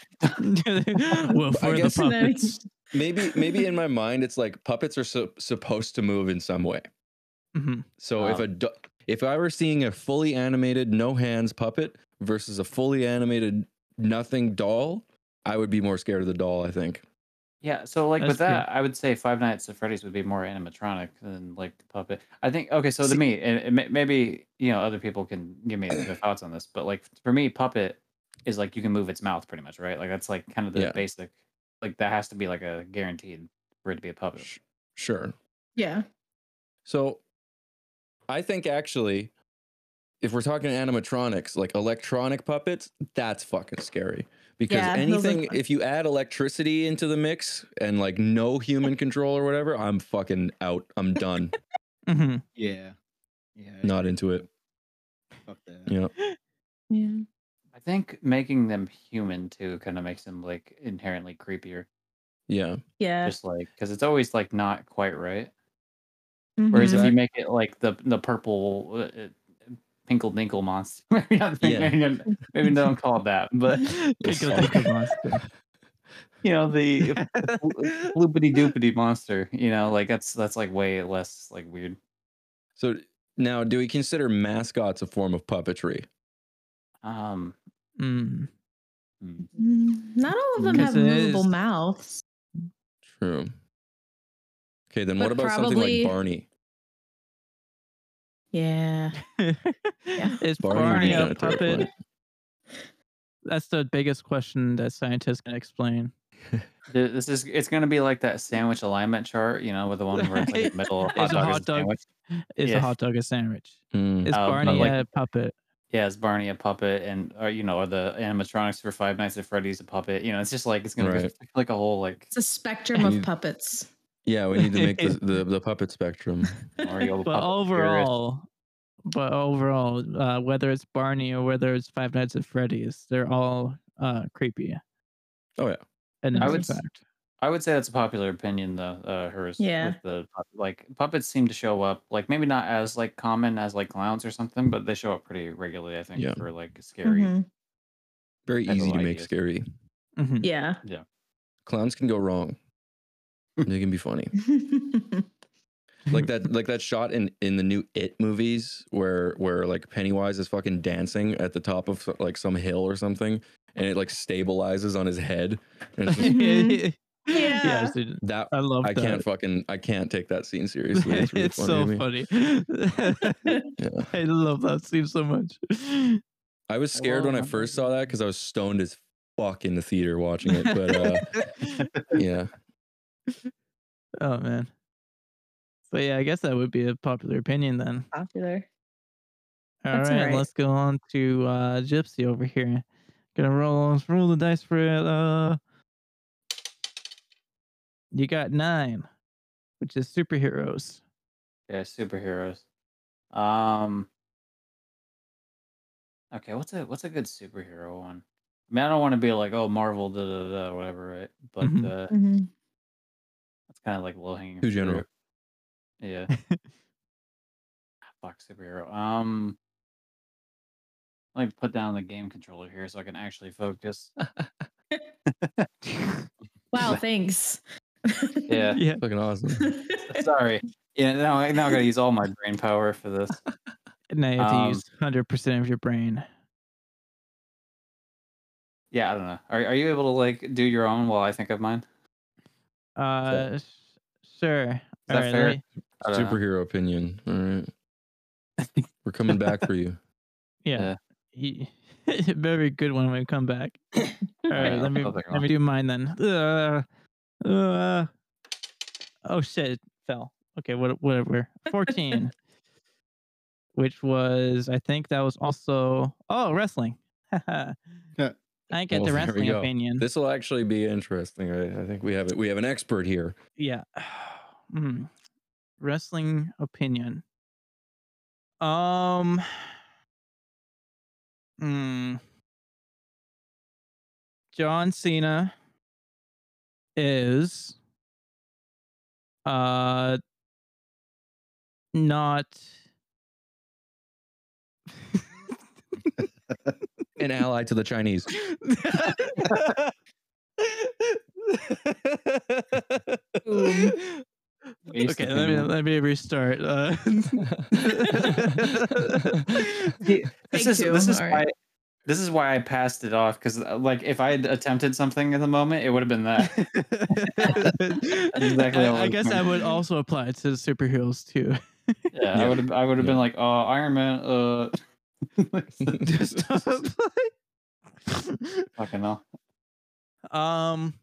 S4: <laughs>
S2: it's-
S3: <laughs>
S1: <laughs>
S2: <laughs>
S1: well, for the
S3: guess-
S2: And then-
S1: puppets.
S3: Maybe, maybe in my mind, it's like puppets are su- supposed to move in some way.
S1: Mhm.
S3: So if
S4: Oh.
S3: a do- if I were seeing a fully animated no hands puppet versus a fully animated nothing doll, I would be more scared of the doll. I think.
S4: Yeah, so like with
S1: That's true.
S4: that, I would say Five Nights at Freddy's would be more animatronic than like the puppet. I think okay, so to
S3: See-
S4: me, and and may- maybe you know other people can give me their thoughts on this, but like for me, puppet is like you can move its mouth pretty much, right? Like that's like kind of the
S3: Yeah.
S4: basic. Like that has to be like a guaranteed for it to be a puppet.
S3: Sh- Sure.
S2: <laughs> yeah.
S3: So I think actually, if we're talking animatronics, like electronic puppets, that's fucking scary. Because
S2: Yeah, those look
S3: anything,
S2: fun.
S3: if you add electricity into the mix and like no human control or whatever, I'm fucking out.
S2: <laughs>
S3: I'm done.
S1: Mhm.
S5: Yeah. Yeah.
S3: Not into it.
S5: Fuck that.
S3: You know,
S2: Yeah.
S4: I think making them human too kind of makes them like inherently creepier,
S3: yeah.
S2: Yeah.
S4: just like because it's always like not quite right.
S2: Mhm.
S4: Whereas if you make it like the the purple uh, uh, pinkle dinkle monster, <laughs> maybe not,
S3: Yeah.
S1: <laughs>
S4: maybe, maybe don't call it that, but
S1: Pickle Pickle Monster.
S4: you know the bloopity doopity monster. You know, like that's that's like way less like weird.
S3: So now, do we consider mascots a form of puppetry?
S4: Um,
S1: Mm.
S4: hmm.
S2: Mm, Not all of them have
S1: Because it is-
S2: movable mouths.
S3: True. Okay, then
S2: But
S3: what about something
S2: probably-
S3: like Barney?
S2: Yeah.
S3: Barney
S1: Is
S3: would
S1: Barney
S3: be
S1: a
S3: kinda terrifying.
S1: puppet? That's the biggest question that scientists can explain.
S4: Th- this is it's gonna be like that sandwich alignment chart. You know, with the one where it's like the middle hot
S1: Is a
S4: dog, is
S1: hot
S4: a
S1: dog-
S4: sandwich.
S1: Is
S4: Yeah.
S1: a hot dog a sandwich?
S3: Hmm.
S1: Is
S4: Uh, but
S1: Barney
S4: like-
S1: a puppet?
S4: Yeah, is Barney a puppet, and or you know, are the animatronics for Five Nights at Freddy's a puppet? You know, it's just like it's gonna
S3: Right.
S4: be <laughs> like a whole like
S2: <laughs> It's a spectrum
S3: You-
S2: of puppets.
S3: Yeah, we need to make the, the, the puppet spectrum.
S4: Mario
S1: But
S4: puppet
S1: overall, but overall, uh, whether it's Barney or whether it's Five Nights at Freddy's, they're all uh, creepy.
S3: Oh, yeah.
S1: and that's
S4: I would
S1: a
S4: s-
S1: fact.
S4: I would say that's a popular opinion, though. Uh, hers.
S2: Yeah.
S4: With the pu- like puppets seem to show up, like maybe not as like common as like clowns or something, but they show up pretty regularly. I think
S3: Yeah.
S4: for like scary.
S2: Mhm.
S1: <laughs>
S3: Very
S4: Type of
S3: easy to make
S4: ideas.
S3: scary.
S2: <laughs>
S1: Mhm.
S2: Yeah.
S3: Clowns can go wrong. they can be
S1: <laughs>
S3: funny. like that like that shot in in the new it movies where where like pennywise is fucking dancing at the top of so- like some hill or something and it like stabilizes on his head and it's just,
S1: <laughs>
S2: Mhm.
S1: Yes, dude,
S3: that
S1: <laughs> I love.
S3: i
S1: that.
S3: can't fucking i can't take that scene seriously
S1: <laughs>
S3: it's, really
S1: it's
S3: funny
S1: so
S3: to me.
S1: funny.
S3: Yeah.
S1: <laughs> I love that scene so much.
S3: i was scared when i
S4: love that
S3: first
S4: movie.
S3: saw that because i was stoned as fuck in the theater watching it but uh
S4: <laughs>
S3: yeah
S1: oh man. So yeah, I guess that would be a popular opinion then.
S2: Popular.
S1: All
S2: That's all
S1: right,
S2: right.
S1: let's go on to uh, Gypsy over here. Gonna roll roll the dice for it. Uh, you got nine, which is superheroes.
S4: Yeah, superheroes. Um. Okay, what's a what's a good superhero one? I mean, I don't want to be like, oh, Marvel, da da da, whatever, right? But
S1: Mhm.
S4: uh,
S2: Mhm.
S4: that's kind of like low hanging.
S3: Too general.
S4: <laughs> Yeah. Fuck superhero. Um. Let me put down the game controller here so I can actually focus. <laughs>
S2: Wow, thanks. <laughs>
S4: <laughs> Yeah.
S1: Yeah.
S3: fucking awesome
S4: Sorry. Yeah. Now I now I gotta use all my brain power for this.
S1: Now you have to
S4: Um,
S1: use hundred percent of your brain.
S4: Yeah, I don't know. Are are you able to like do your own while I think of mine?
S1: Uh, s- sure.
S4: that
S1: Alright,
S4: fair?
S1: let me-
S4: I don't know.
S3: superhero opinion all right we're coming back for
S4: <laughs>
S3: you
S1: Yeah. Ye- <laughs> Very good one when we
S3: <coughs>
S1: come back. All right,
S4: I'll-
S1: let me
S4: I'll take
S1: let me
S4: one.
S1: do mine then. Uh, uh, oh shit, it fell. Okay, what whatever.
S3: <laughs>
S1: 14. which was I think that was also oh, wrestling. <laughs> I get
S3: Well,
S1: the
S3: there we
S1: wrestling
S3: go.
S1: opinion.
S3: this will actually be interesting i, I think we have it we have an expert here
S1: Yeah. <sighs> Mm. Wrestling opinion. Um. <sighs> mm. John Cena is uh not <laughs>
S3: an
S4: <laughs>
S3: ally to the chinese
S4: <laughs> We used to
S1: okay let me
S4: think-
S1: let me restart uh <laughs>
S4: Yeah, this
S2: Take
S4: is
S2: two,
S4: this is
S2: all
S4: why
S2: right.
S4: this is why I passed it off because like if I had attempted something at the moment, it would have been that. <laughs> exactly
S1: I-
S4: how
S1: I,
S4: it
S1: guess that would
S4: works.
S1: also apply to the superheroes too. <laughs>
S4: Yeah, I
S3: Yeah.
S4: would have I would have
S3: Yeah.
S4: been like, oh, Iron Man.
S5: <laughs>
S4: Uh,
S1: Just don't
S4: fucking hell.
S1: play. um,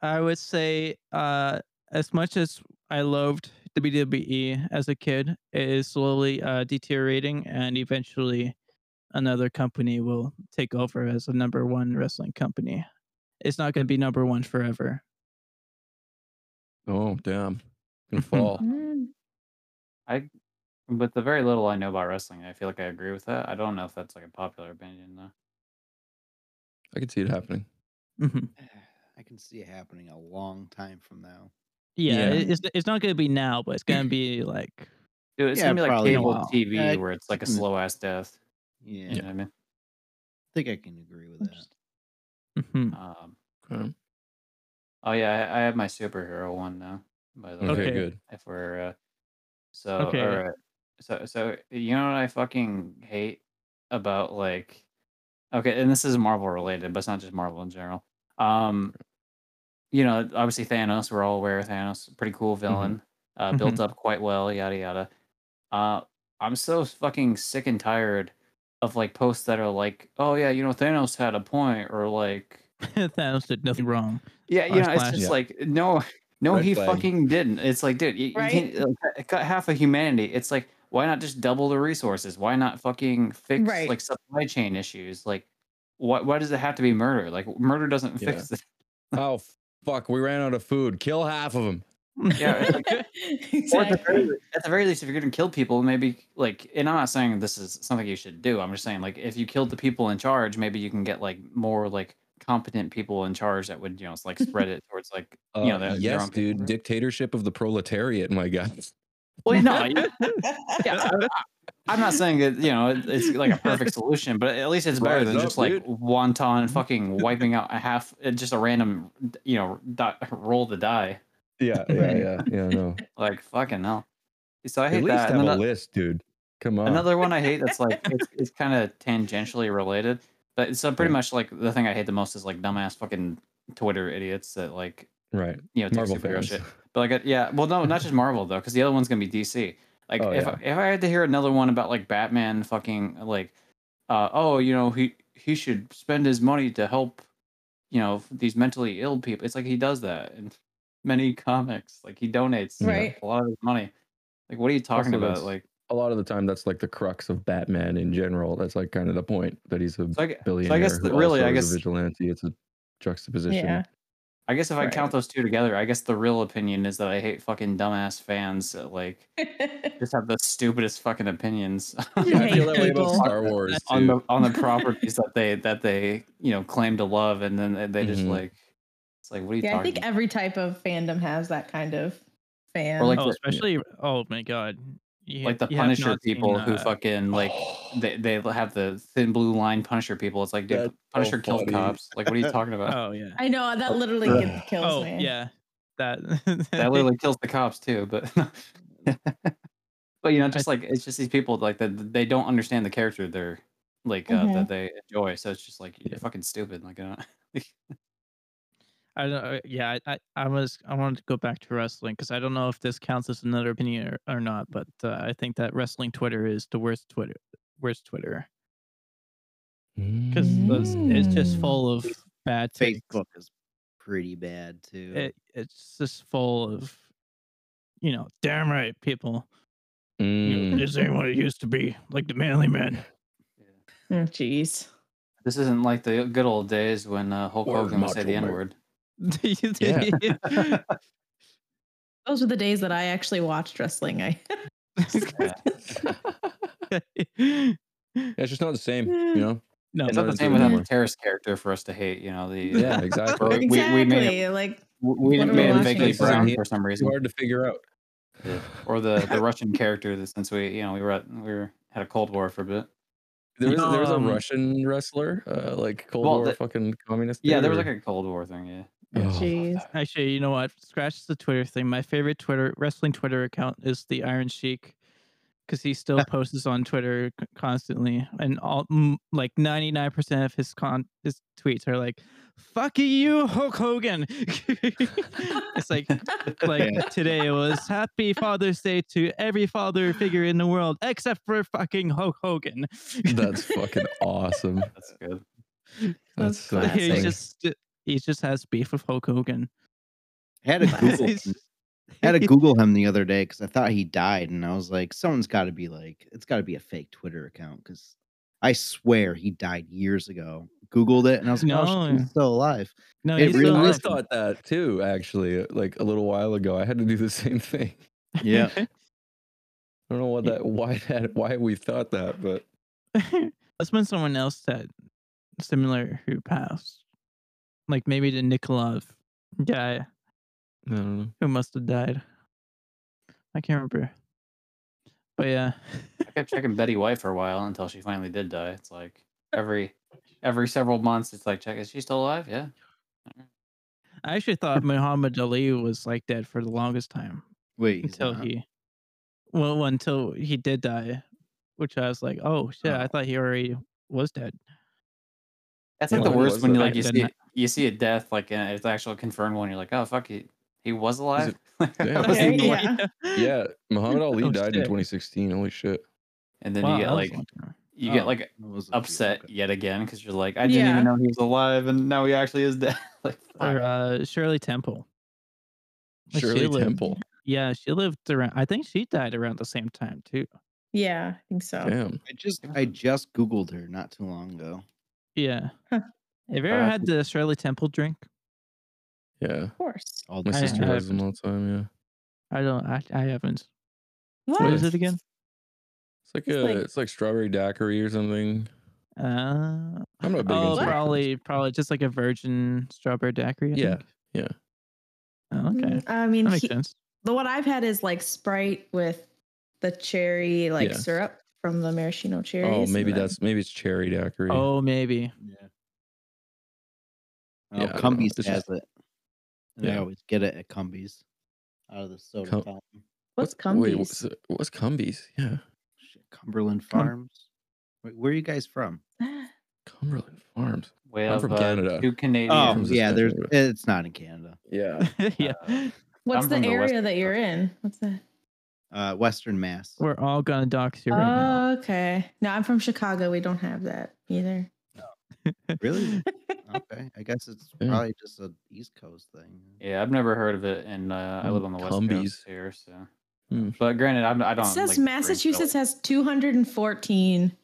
S1: I would say uh, as much as I loved WWE as a kid, it is slowly uh, deteriorating, and eventually, another company will take over as a number one wrestling company. It's not going to be number one forever.
S3: oh damn
S4: Hmm.
S3: gonna fall
S2: Mm.
S4: But the very little I know about wrestling, I feel like I agree with that. I don't know if that's like a popular opinion though.
S3: i could see it happening
S1: Mhm.
S5: <sighs> I can see it happening a long time from now.
S1: Yeah,
S3: Yeah.
S1: it- it's it's not gonna be now, but it's gonna be like
S4: Dude, it's
S5: Yeah,
S4: gonna be like
S5: probably a
S4: cable
S1: while.
S4: TV
S5: Yeah, I-
S4: where it's like a
S5: Mm.
S4: slow ass death.
S5: Yeah,
S4: You know what I mean?
S1: <laughs>
S5: I think I can agree with that.
S1: mhm.
S4: Um,
S3: Okay.
S4: Oh yeah, I, I have my superhero one now. By the
S3: Okay,
S4: way,
S1: Okay.
S3: good.
S4: if we're uh, so
S1: Okay.
S4: all right. so so you know what I fucking hate about like okay, and this is Marvel related, but it's not just Marvel in general. Um, you know, obviously Thanos. We're all aware of Thanos, pretty cool villain, uh, built up quite well, yada yada. Uh, I'm so fucking sick and tired of like posts that are like, oh yeah, you know Thanos had a point, or like
S1: Thanos did nothing wrong.
S4: yeah, you
S1: Flash,
S4: know, it's
S1: flash.
S4: just
S3: Yeah.
S4: like no, no,
S3: Red
S4: he
S3: flag.
S4: fucking didn't. It's like, dude, you, you
S2: Right?
S4: can't like, cut half of humanity. It's like, why not just double the resources? Why not fucking fix
S2: Right.
S4: like supply chain issues? Like, why why does it have to be murder? Like, murder doesn't
S3: Yeah.
S4: fix it.
S3: Oh fuck, we ran out of food. Kill half of them.
S4: <laughs> Yeah,
S2: <laughs>
S4: it's like, or
S2: <laughs>
S4: at, the
S2: exactly.
S4: very, le- at the very least, if you're gonna kill people, maybe like, and I'm not saying this is something you should do. I'm just saying like, if you killed the people in charge, maybe you can get like more like competent people in charge that would you know like spread it towards like you know
S3: Uh,
S4: their- their
S3: yes,
S4: own people.
S3: dude. Dictatorship of the proletariat, my God. <laughs>
S4: Well, no, you- yeah, I- I- I'm not saying that you know it- it's
S3: <laughs>
S4: like a perfect solution, but at least it's better
S3: Rise
S4: than
S3: up,
S4: just like
S3: dude. Mm-hmm.
S4: wonton fucking wiping out a half, uh, just a random, you know, dot, <laughs> roll the die.
S3: Yeah, yeah, yeah, yeah. No,
S4: Like fucking hell. So I
S3: at
S4: hate
S3: least
S4: that.
S3: have
S4: And
S3: a
S4: ano-
S3: list, dude. Come on.
S4: another one I hate that's like
S3: <laughs>
S4: it's, it's kind of tangentially related, but so pretty
S3: Yeah.
S4: much like the thing I hate the most is like dumbass fucking Twitter idiots that like <laughs>
S3: right,
S4: you know take
S3: Marvel
S4: superhero
S3: fans.
S4: shit. But like, uh, yeah, well, no, not just Marvel though, because the other one's gonna be DC. Like,
S3: Oh,
S4: if
S3: yeah.
S4: I, if I had to hear another one about like Batman, fucking like, uh, oh, you know, he he should spend his money to help, you know, these mentally ill people. It's like he does that in many <laughs> comics. Like he donates you know,
S2: Right.
S4: a lot of his money. Like, what are you talking
S3: Also,
S4: about?
S3: that's-
S4: Like,
S3: <laughs> A lot of the time, that's like the crux of Batman in general. That's like kind of the point that he's a
S4: so I, gue-
S3: billionaire.
S4: so I guess
S3: who
S4: that really,
S3: also
S4: I
S3: is
S4: guess
S3: a vigilante. It's a juxtaposition. <laughs>
S2: Yeah.
S4: I guess if I
S2: Right.
S4: count those two together, I guess the real opinion is that I hate fucking dumbass fans that like just have the stupidest fucking opinions. <laughs>
S2: You
S3: I
S2: hate
S3: feel that way about
S2: people.
S3: Star Wars
S4: on
S3: too.
S4: the on the properties that they that they you know claim to love, and then they- they just
S3: Mhm.
S4: like it's like what are you
S2: yeah, I
S4: talking?
S2: think every type of fandom has that kind of fan.
S4: Or like
S1: oh,
S4: the-
S1: especially oh my god, You-
S4: like the
S1: you have
S4: Punisher
S1: not seen,
S4: people who
S1: uh,
S4: fucking like they they have the thin blue line Punisher people. It's like dude,
S3: oh. That's so
S4: Punisher killed
S3: funny.
S4: cops. Like what are you talking about?
S3: <laughs>
S1: Oh yeah.
S2: I know <laughs> that literally
S3: Ugh.
S2: gets- kills
S1: Oh
S2: me.
S1: yeah. That. <laughs>
S4: that literally kills the cops too. But <laughs> but you know, just like it's just these people like that they don't understand the character they're like uh,
S2: Mhm.
S4: that they enjoy. So it's just like you're
S3: Yeah.
S4: fucking stupid. Like I
S1: I don't. uh, Yeah, I, I, I was. I wanted to go back to wrestling because I don't know if this counts as another opinion or, or not, but uh, I think that wrestling Twitter is the worst Twitter. Worst Twitter because it's just
S2: Mm.
S1: full of bad takes.
S5: Facebook is pretty bad too.
S1: It, it's just full of, you know, damn right people. You know,
S3: Mm.
S1: this ain't what it used to be, like the manly <laughs> man.
S2: Oh, Jeez.
S4: <laughs> This isn't like the good old days when uh, Hulk
S3: Word,
S4: Hogan would say the
S3: Macho Man.
S4: N word.
S3: Yeah.
S1: <laughs>
S2: Those were the days that I actually watched wrestling. I <laughs>
S3: Yeah, it's just not the same, you know.
S1: <laughs> no,
S4: It's
S3: no,
S4: not the
S3: it's
S4: same
S3: not
S4: without the
S3: anymore.
S4: terrorist character for us to hate. You know the
S3: Yeah, exactly.
S2: <laughs>
S4: We- we made
S2: exactly.
S4: it-
S2: like
S4: <laughs> we
S2: What
S4: didn't
S2: are we
S4: make
S2: watching?
S4: vaguely
S3: It's not
S4: brown
S3: here.
S4: for some
S3: Too
S4: reason,
S3: hard to figure out.
S4: or the the Russian character that since we you know we were at, we were had a Cold War for a bit.
S3: There was there was a
S1: Um,
S3: Russian wrestler, uh, like Cold
S4: Well,
S3: War
S4: the-
S3: fucking communist.
S4: Yeah,
S3: dude,
S4: there was
S3: or-
S4: like a Cold War thing. Yeah.
S3: Oh,
S2: jeez.
S1: <laughs> <laughs> Actually, you know what? Scratch the Twitter thing. My favorite Twitter wrestling Twitter account is the Iron Sheik because he
S4: <laughs>
S1: still posts on Twitter c- constantly, and all m- like ninety nine percent of his con his tweets are like "fuck you, Hulk Hogan." <laughs> it's like like
S4: <laughs>
S1: today was Happy Father's Day to every father figure in the world except for fucking Hulk Hogan.
S3: That's fucking awesome.
S4: That's good.
S3: That's
S2: That's
S3: so
S2: classic.
S1: he
S3: funny.
S1: just he just has beef with Hulk Hogan. <laughs>
S5: had a Google, him- had to Google him the other day because I thought he died, and I was like, someone's got to be like, it's got to be a fake Twitter account because I swear he died years ago. Googled it, and I was like, oh, shit,
S1: No.
S5: he's still alive.
S1: no,
S5: it
S1: he's
S5: really
S1: still
S3: I
S5: is
S1: alive.
S3: thought that too, actually, like a little while ago. I had to do the <laughs> same thing.
S1: <laughs>
S5: Yeah.
S3: I don't know what that why that why we thought that, but
S1: That's been someone else that similar who passed. Like maybe the Nikolov guy
S3: I don't know.
S1: who must have died. I can't remember. But yeah. <laughs>
S4: I kept checking Betty White for a while until she finally did die. It's like every every several months, it's like check is she still alive? Yeah.
S1: I
S5: <laughs>
S1: actually thought Muhammad Ali was like dead for the longest time
S5: Wait, he's
S1: until
S5: not.
S1: he, well, well, until he did die, which I was like, oh shit, I
S5: Oh.
S1: thought he already was dead.
S4: That's
S3: Yeah,
S4: like the
S3: when
S4: worst
S3: was
S4: when you
S1: that?
S4: like you
S1: Back
S4: see
S1: then.
S4: you see a death like uh, it's actual confirmed one. You're like, oh fuck, he he was alive. <laughs>
S3: Yeah.
S4: I was
S2: Okay,
S4: in the-
S2: yeah.
S3: Yeah, Muhammad Ali
S1: Oh,
S3: died in
S1: shit.
S3: 2016. Holy shit!
S4: And then
S1: Wow,
S4: you get
S1: that was
S4: like
S1: a long time.
S4: you
S5: Oh,
S4: get like
S5: it was a few,
S4: upset
S5: okay.
S4: yet again because you're like, I didn't
S2: Yeah.
S4: even know he was alive, and now he actually is <laughs> dead. like,
S1: or
S4: fuck.
S1: uh, Shirley Temple. Like, she
S3: Shirley
S1: lived-
S3: Temple.
S1: Yeah, she lived around. I think she died around the same time too.
S2: Yeah, I think so.
S3: Damn.
S5: I just I just Googled her not too long ago.
S1: Yeah.
S2: Huh.
S1: Have you ever
S4: Uh,
S1: had the Shirley Temple drink?
S3: Yeah.
S2: Of course.
S5: All
S3: My
S5: the
S1: I-
S3: sister
S1: I
S3: has them all the time. Yeah.
S1: I don't. I, I haven't.
S2: What?
S1: What is it again?
S3: It's like
S2: It's
S3: a,
S2: like-
S3: it's like strawberry daiquiri or something.
S1: Uh,
S3: I'm not a big.
S1: oh,
S3: into that.
S1: probably, probably just like a virgin strawberry daiquiri. I
S3: Yeah,
S1: think.
S3: yeah.
S1: Oh, okay,
S2: Mm, I mean,
S1: that makes
S2: he-
S1: sense.
S2: the one I've had is like Sprite with the cherry like
S3: Yeah.
S2: syrup from the maraschino cherries.
S3: Oh,
S2: and
S3: maybe
S2: then-
S3: that's maybe it's cherry daiquiri.
S1: Oh, maybe. <laughs>
S5: Oh,
S3: Yeah, I don't know.
S5: Cumbies
S3: It's
S5: has
S3: just-
S5: it. And I
S3: Yeah.
S5: always get it at Cumbies out of the soda
S3: Cum-
S5: fountain.
S2: what's
S3: Wait,
S2: Cumbies?
S3: what's, what's Cumbies? Yeah,
S5: Shit, Cumberland
S1: Cum-
S5: Farms. Wait, where are you guys from?
S3: Cumberland Farms.
S4: we
S3: I'm
S4: have,
S3: from
S4: uh,
S3: Canada.
S4: Two Canadians.
S5: Oh,
S2: Um,
S3: from
S5: yeah, there's
S3: Saskatchewan.
S5: it's not in Canada.
S3: Yeah,
S1: yeah,
S4: Uh,
S2: <laughs> What's
S4: I'm
S2: the
S4: from the West
S2: area that
S4: Coast.
S2: you're in? What's that?
S5: Uh, Western Mass.
S1: we're all gonna dox you
S2: Oh,
S1: right now.
S2: okay. No, I'm from Chicago. We don't have that either.
S1: <laughs>
S5: really? Okay, I guess it's
S3: Yeah.
S5: probably just a East Coast thing.
S4: yeah, I've never heard of it, and uh, I
S3: Mm,
S4: live on the west
S3: Cumbies.
S4: coast here, so.
S3: Hmm.
S4: But granted, I'm, I
S2: It
S4: don't.
S2: says
S4: like, drink
S2: Massachusetts
S4: really.
S2: has 214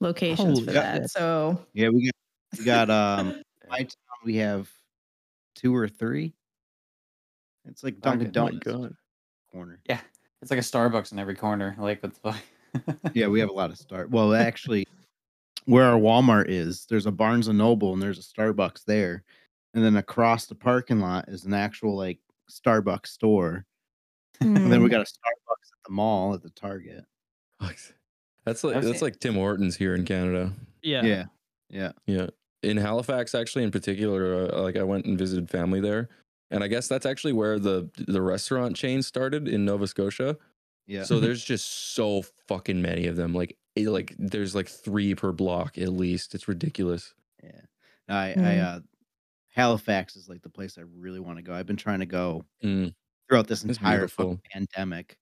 S2: locations
S1: Holy
S2: for that.
S1: shit.
S2: So
S5: Yeah, we got we got um my town we have two or three. It's like Dunkin'
S4: Okay.
S3: Oh my
S5: Donuts
S3: god.
S5: corner.
S4: Yeah, it's like a Starbucks in every corner. Like <laughs> what the fuck?
S5: Yeah, we have a lot of start. Well, actually, where our Walmart is, there's a Barnes and Noble and there's a Starbucks there, and then across the parking lot is an actual like Starbucks store, and
S2: hmm,
S3: Mm.
S5: then we got a Starbucks at the mall at the Target.
S3: Fucks. That's like
S4: I've
S3: that's
S4: seen-
S3: like Tim Hortons here in Canada.
S1: Yeah.
S5: Yeah, yeah.
S3: Yeah, in Halifax actually, in particular, uh, like I went and visited family there, and I guess that's actually where the the restaurant chain started in Nova Scotia.
S5: yeah.
S3: So
S1: Mhm.
S3: there's just so fucking many of them. Like it, like there's like three per block at least. It's ridiculous.
S5: I, I
S2: Mm.
S5: uh, Halifax is like the place I really want to go. I've been trying to go
S3: Mm.
S5: throughout this
S3: It's
S5: entire fucking
S3: beautiful.
S5: pandemic,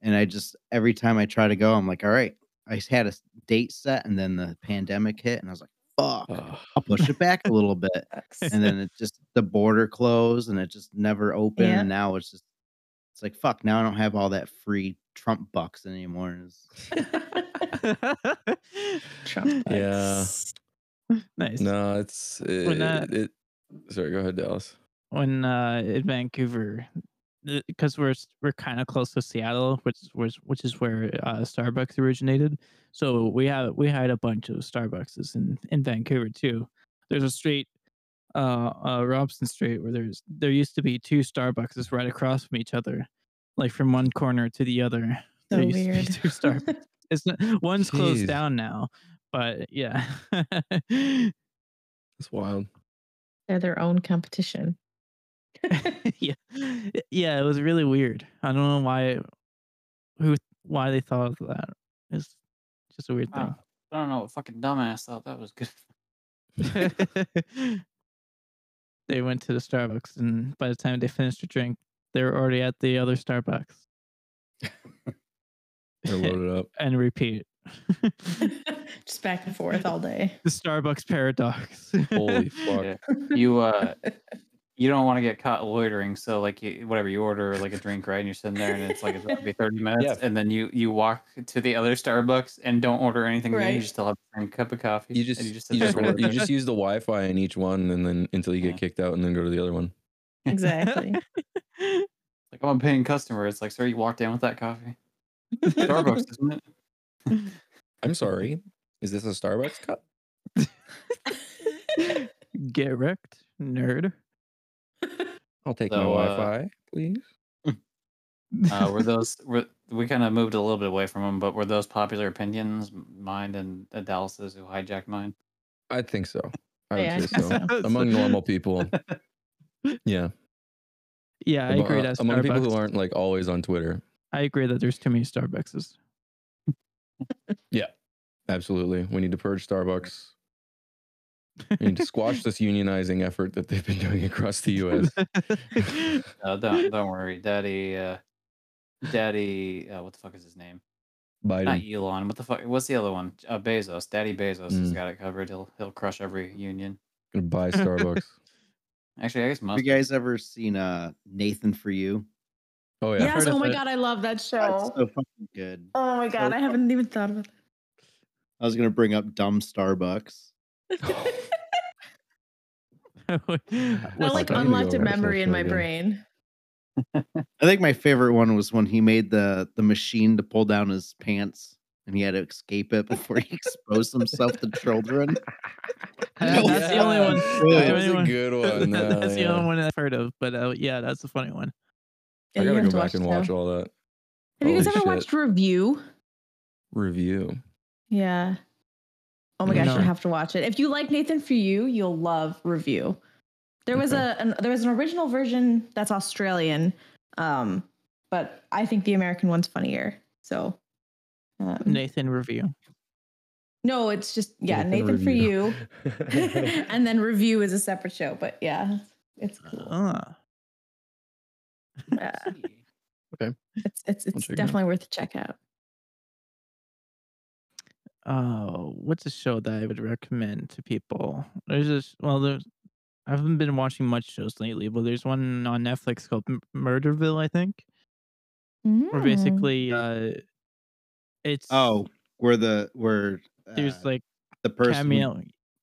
S5: and I just every time I try to go, I'm like, all right, I s- had a s- date set, and then the pandemic hit, and I was like, fuck,
S3: Ah,
S5: I'll push it back a little bit, and then it just the border closed, and it just never opened,
S2: Yeah.
S5: and now it's just it's like fuck, now I don't have all that free Trump bucks anymore. and it's-
S1: <laughs>
S2: Trump.
S3: yeah.
S1: Nice.
S3: No, it's it,
S1: that-
S3: it, Sorry, go ahead, Dallas.
S1: when uh in Vancouver because we're s- we're kind of close to Seattle which is- which which is where uh, Starbucks originated so we have we had a bunch of Starbuckses in in Vancouver too there's a street uh, uh Robson Street where there's there used to be two Starbuckses right across from each other like from one corner to the other
S2: <laughs> So
S1: there used to be
S2: weird.
S1: two Starbucks it's not, one's closed
S3: Jeez.
S1: down now but yeah <laughs>
S3: It's wild.
S2: <laughs> They're their own competition. <laughs>
S1: <laughs> yeah, yeah, it was really weird. I don't know why, who, why they thought of that. It's just a weird
S4: Wow. I don't know what fucking dumbass thought that was good.
S1: thing. <laughs> they went to the Starbucks, and by the time they finished their drink, they were already at the other Starbucks
S3: They're loaded up.
S1: and repeat. <laughs> the
S2: Just back and forth all
S3: <laughs>
S2: day.
S1: Starbucks paradox.
S3: Holy fuck. <laughs>
S4: Yeah. You uh, you don't want to get caught loitering, so like you, whatever you order, like a drink, right? And you're sitting there, and it's like it's gonna be thirty
S3: <laughs>
S4: minutes,
S3: Yeah.
S4: and then you you walk to the other Starbucks and don't order anything. Right. You
S2: Right.
S4: just still have a cup of coffee.
S3: You just
S4: and
S3: you just,
S4: sit there and
S3: order- you <laughs>
S4: order.
S3: just use the Wi-Fi in each one, and then until you get
S4: Yeah.
S3: kicked out, and then go to the other one.
S2: Exactly.
S4: like "Oh, I'm a paying customer. It's like, sir, you walked down with that coffee. Starbucks,
S3: <laughs>
S4: isn't it?
S3: I'm sorry. Is this a Starbucks cup?
S2: <laughs>
S1: <laughs> Get wrecked, nerd.
S3: I'll take my
S4: So, uh,
S3: Wi-Fi, please.
S1: <laughs>
S4: Uh, were those were, we kind of moved a little bit away from them, but were those popular opinions mine and uh, Dallas's who hijacked mine?
S3: I think so. I
S2: Yeah, I <laughs>
S3: would say
S2: think
S3: so.
S2: so.
S3: Among normal people, Yeah.
S1: Yeah, <laughs> I
S3: Amo-
S1: agree. That
S3: among people
S1: Starbucks-
S3: who aren't like always on Twitter.
S1: I agree that there's too many Starbuckses.
S3: Absolutely. We need to purge Starbucks. We need to squash
S1: <laughs>
S3: this unionizing effort that they've been doing across the US.
S4: Uh, don't don't worry, Daddy. Uh, Daddy, uh, what the fuck is his name? Not
S3: Biden.
S4: Elon. What the fuck? What's the other one? Uh, Bezos. Daddy Bezos has
S3: Mm.
S4: got it covered. He'll he'll crush every union.
S3: Gonna
S1: <laughs>
S3: buy Starbucks.
S4: Actually, I guess
S5: Have
S4: Musk.
S5: you guys ever seen uh Nathan for You?
S3: Oh yeah.
S2: yes.
S1: heard
S2: Oh
S1: of
S2: my
S1: it.
S2: god, I love that show.
S5: That's so fucking good.
S2: oh my god,
S5: so
S2: I haven't even thought
S3: <laughs>
S2: about
S5: I was gonna bring up dumb Starbucks.
S2: that. I
S3: Well,
S2: like
S3: I need to
S2: unlocked
S3: go
S2: a
S3: watch that
S2: memory in
S3: show
S2: my
S3: again.
S2: brain.
S5: I think my favorite one was when he made the the machine to pull down his pants and he had to escape it before he exposed himself to
S1: <laughs>
S5: children.
S1: Uh,
S5: No,
S1: <laughs> that's the only <laughs> one.
S3: That
S1: the only
S3: was a
S1: one-
S3: good one. No,
S1: <laughs> that's the
S3: yeah.
S1: only one I've heard of. But uh, yeah, that's the funny one.
S2: Yeah,
S3: I
S2: you
S3: gotta
S2: have
S3: go
S2: to
S3: back and
S2: the
S3: watch
S2: show.
S3: all that
S2: Have you guys
S3: Holy
S2: ever
S3: shit.
S2: watched Review? <laughs>
S1: <laughs>
S3: review.
S2: Yeah. Oh my gosh,
S1: No.
S2: you have to watch it. If you like Nathan for You, you'll love Review. There was
S3: Okay.
S2: a an, there was an original version that's Australian, um, but I think the American one's funnier. So, um,
S1: Nathan review.
S2: no, it's just yeah, Nathan,
S3: Nathan
S2: for
S3: Review.
S2: You, <laughs>
S3: <laughs>
S2: and then Review is a separate show. But yeah, it's
S3: Uh,
S2: cool.
S5: Uh-huh.
S1: Ah.
S2: Yeah.
S4: See.
S2: It's it's it's
S3: check it out.
S2: definitely worth a check out.
S1: Oh, what's a show that I would recommend to people? There's this. Well, there's. I haven't been watching much shows lately, but there's one on Netflix called M- Murderville, I think. Where
S2: Mm.
S1: basically, uh, it's
S5: Oh, where the where uh,
S1: there's like
S5: the person who
S1: cameo,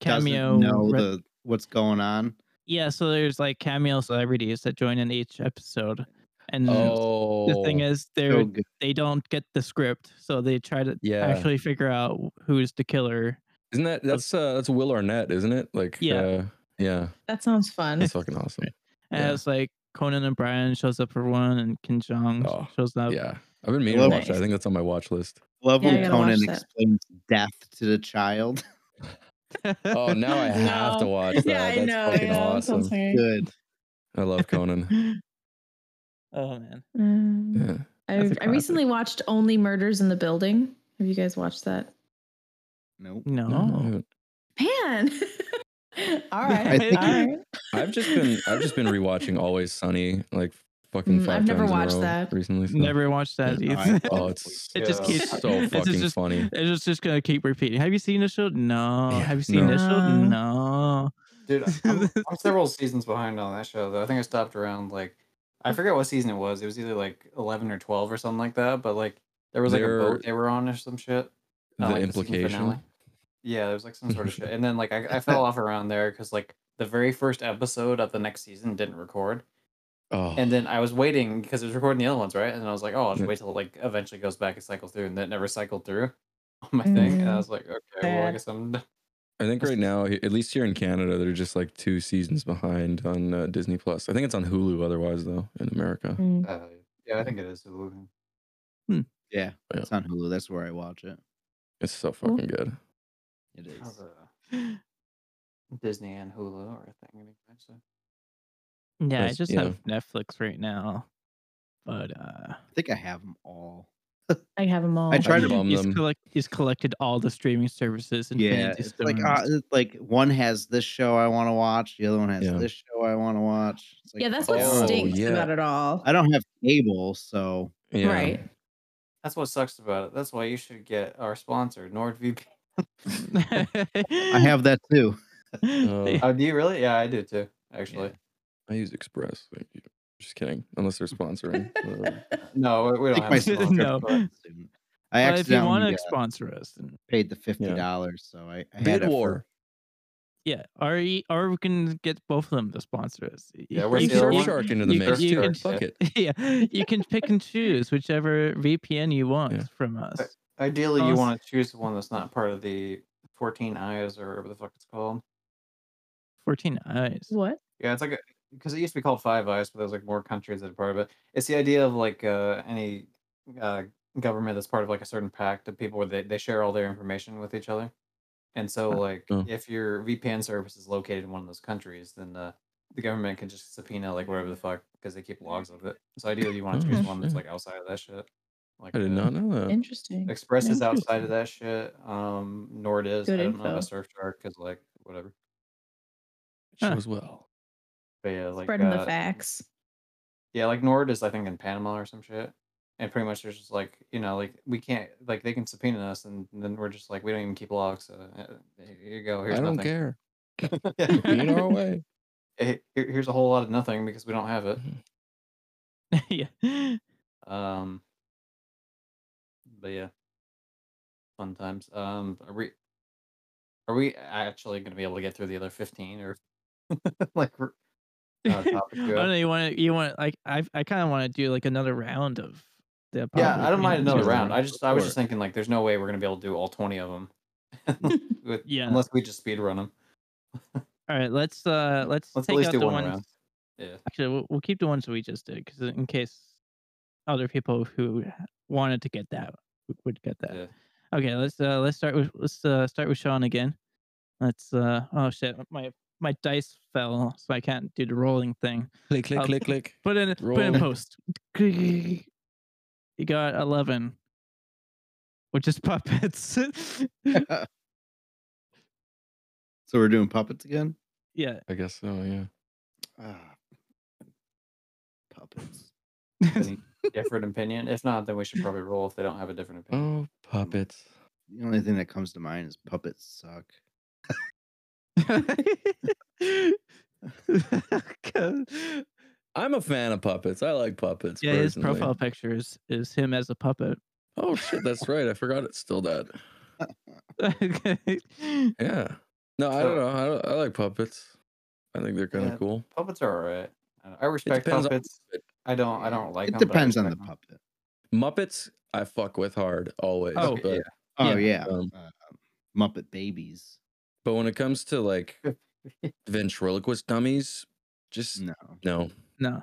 S5: doesn't
S1: cameo.
S5: know
S1: re-
S5: the what's going on.
S1: yeah, so there's like cameo celebrities that join in each episode, and
S3: Oh,
S1: the thing is, they
S5: So
S1: are
S5: good.
S1: they don't get the script, so they try to
S3: yeah.
S1: actually figure out who's the killer.
S3: Isn't that that's uh that's Will Arnett, isn't it? Like
S1: Yeah.
S3: uh, yeah,
S2: Mm, That sounds fun.
S3: that's fucking awesome.
S1: And
S3: Yeah.
S1: it's like Conan O'Brien shows up for one, and Kim Jong
S3: Oh,
S1: shows up.
S3: Yeah, I've been meaning to
S5: love
S3: watch
S2: it.
S3: that. I think that's on my watch list.
S5: Love when
S2: Yeah, I gotta watch
S5: Conan
S2: that.
S5: explains death to the child.
S1: <laughs>
S3: Oh, now I have to
S2: No.
S3: watch that.
S2: <laughs> <laughs> Yeah, I
S3: uh, that's
S2: know.
S3: fucking
S2: yeah, that sounds
S3: awesome.
S2: funny.
S5: Good.
S3: I love
S1: <laughs>
S3: Conan.
S1: oh man,
S2: Mm.
S3: Yeah.
S2: I,
S1: That's a
S2: I recently watched Only Murders in the Building. Have you guys watched that?
S5: Nope.
S1: no.
S3: No, I haven't.
S2: Man. <laughs> all right.
S5: I think-
S2: all right.
S3: I've just been I've just been rewatching Always Sunny like fucking
S2: Mm,
S3: five
S2: I've never
S3: times in a
S2: watched
S3: row
S2: that.
S3: recently. so-
S1: Never watched that.
S3: Yeah,
S1: either.
S3: Oh, it's
S1: <laughs> it just
S4: Yeah.
S1: keeps
S3: so
S1: it's
S3: fucking
S1: just,
S3: funny.
S1: It's just, just gonna keep repeating. Have you seen the show? No.
S3: Yeah,
S1: Have you seen this show?
S2: no.
S1: No.
S4: Dude, I'm, I'm several seasons behind on that show, though. I think I stopped around like I forget what season it was. It was either like eleven or twelve or something like that. But like there was like a
S3: There-
S4: boat they were on or some shit.
S3: the
S4: uh, like, the season
S3: implication.
S4: finale. Yeah, there was like some sort of shit. And then like I, I fell off around there because like the very first episode of the next season didn't record.
S3: Oh,
S4: And then I was waiting because it was recording the other ones, right? And I was like, oh, I'll just
S3: Yeah.
S4: wait till it, like eventually goes back and cycles through. And that never cycled through <laughs> on my thing. And I
S2: Mm.
S4: was like, okay, well, I
S2: Sad.
S4: guess I'm. <laughs> done."
S3: I think right now, he- at least here in Canada, they're just like two seasons behind on uh, Disney Plus. I think it's on Hulu otherwise though in America.
S2: Mm.
S4: Uh, yeah, I think it is. Hulu.
S5: Yeah,
S3: Yeah.
S5: it's on Hulu. That's where I watch it.
S3: It's so
S2: Cool.
S3: fucking good.
S5: It
S4: How's,
S5: is.
S4: uh, Disney and Hulu or a thing. eventually.
S1: Yeah, I
S3: That's-
S1: just
S3: yeah.
S1: have Netflix right now. But uh
S5: I think I have them all.
S2: I have them all.
S5: I tried to
S3: Bum
S1: he's,
S3: them.
S1: collect, he's collected all the streaming services and
S5: Yeah, it's like uh,
S4: <laughs>
S5: it's like one has this show I want to watch, the other one has
S3: Yeah.
S5: this show I want to watch. It's like,
S2: yeah, that's
S5: oh,
S2: what
S3: Oh,
S2: stinks
S3: yeah.
S2: about it all.
S5: I don't have cable, so
S3: Yeah.
S2: Right.
S4: That's what sucks about it. That's why you should get our sponsor, NordVPN.
S2: Eh.
S5: I
S1: <laughs>
S5: have that too.
S1: They-
S4: Oh, do you really? Yeah, I do too. Actually,
S3: I use Express. Thank you. Just kidding. Unless they're
S1: <laughs>
S3: sponsoring. Whatever.
S4: no, we- we
S5: I
S4: don't have
S5: think
S4: <laughs>
S5: my
S4: a sponsor,
S1: No.
S4: but-
S5: Soon. I
S1: well, if you
S5: accidentally
S1: want to
S5: uh,
S1: sponsor us, then
S5: paid the fifty dollars, so I, I had
S3: Bid
S5: it
S3: war.
S5: for,
S1: yeah, or e- or we can get both of them to sponsor us. Y-
S4: Yeah,
S1: you
S4: we're
S3: Bring
S1: can-
S4: the
S3: Surf
S4: one-
S3: Shark into the
S1: you
S3: mix
S1: can- you
S3: too.
S1: can-
S3: Fuck it.
S1: <laughs> yeah, you can pick and choose whichever VPN you want
S3: Yeah.
S1: from us.
S4: Ideally, you
S1: Awesome.
S4: want to choose one that's not part of the 14 eyes or whatever the fuck it's called.
S1: Fourteen eyes.
S2: <laughs> What?
S4: Yeah, it's like because it used to be called Five Eyes, but there's like more countries that are part of it. It's the idea of like uh, any uh, government that's part of like a certain pact of people where they, they share all their information with each other. And so, like,
S3: Oh.
S4: if your VPN service is located in one of those countries, then uh, the government can just subpoena like whatever the fuck because they keep logs of it. So ideally, you want to choose
S1: Oh,
S4: one that's
S1: shit.
S4: like outside of that shit. Like
S3: Mm-hmm. I did
S4: uh,
S3: not know that.
S2: Interesting.
S4: Express is outside
S1: Interesting.
S4: of that shit. Um, Nord is.
S2: Good
S4: I don't know about
S2: info.
S4: Surfshark because like whatever.
S1: Huh.
S3: Shows well.
S4: But yeah, like
S2: Spreading
S4: uh,
S2: the facts.
S4: Yeah, like Nord is I think in Panama or some shit. And pretty much there's just like you know like we can't like they can subpoena us and then we're just like we don't even keep logs. So uh, here you
S1: Oh,
S4: go. Here's
S3: I don't
S4: nothing.
S1: <laughs>
S3: care.
S4: <laughs> Yeah,
S3: Be in our way.
S4: eh, here- here's a whole lot of nothing because we don't have it.
S1: <laughs> yeah.
S4: Um, but yeah, fun times. Um, are we are we actually going to be able to get through the other fifteen or <laughs> like we're- uh,
S1: <laughs>
S4: topic
S1: I
S4: go.
S1: don't know. You want to? You want like? I I kind of want to do like another round of the.
S4: yeah? I don't
S1: Apocalypse
S4: mind
S1: Now
S4: another
S1: too.
S4: round. I just I was
S3: Sure.
S4: just thinking like there's no way we're going to be able to do all twenty of
S5: <laughs>
S4: them. <laughs> With,
S1: Yeah.
S4: unless we just speed run them.
S1: All right, let's uh let's,
S4: Let's at
S1: take
S4: least
S1: out
S4: do
S1: the
S4: one
S1: ones.
S4: round. Yeah,
S1: Actually, we'll, we'll keep the ones we just did because in case other people who wanted to get that w- would get
S5: <laughs>
S1: that.
S4: yeah.
S1: Okay, let's uh let's start with let's uh start with Sean again. Let's uh oh shit my my dice fell so I can't do the rolling thing.
S3: Click, click,
S1: I'll-
S3: click, click.
S1: Put in put in
S3: Roll.
S1: post. <laughs> You got eleven, which is puppets. <laughs>
S5: So we're doing puppets again?
S1: yeah.
S3: I guess so. Yeah.
S5: Ah, puppets.
S4: Any different opinion? If not, then we should probably roll if they don't have a different opinion.
S3: Oh, puppets.
S5: The only thing that comes to mind is puppets suck.
S1: <laughs> God.
S3: I'm a fan of puppets. I like puppets.
S1: yeah, his
S3: personally.
S1: profile picture is, is him as a puppet.
S3: Oh shit, that's right. I forgot it's still that.
S1: <laughs> Okay.
S3: Yeah. No, I
S4: So-
S3: don't know. I, don't, I like puppets. I think they're kind of
S4: Yeah.
S3: cool.
S5: Mm.
S4: Puppets are alright. I- I respect
S3: depends on-
S4: puppets. I don't. I don't like.
S5: It
S4: 'em, but I
S5: depends on the
S4: respect 'em.
S5: puppet.
S3: Muppets, I fuck with hard always.
S1: Oh,
S3: but,
S5: Oh yeah,
S3: um,
S5: uh, Muppet Babies.
S3: but when it comes to like
S4: <laughs>
S3: ventriloquist dummies, just no.
S5: No,
S1: No.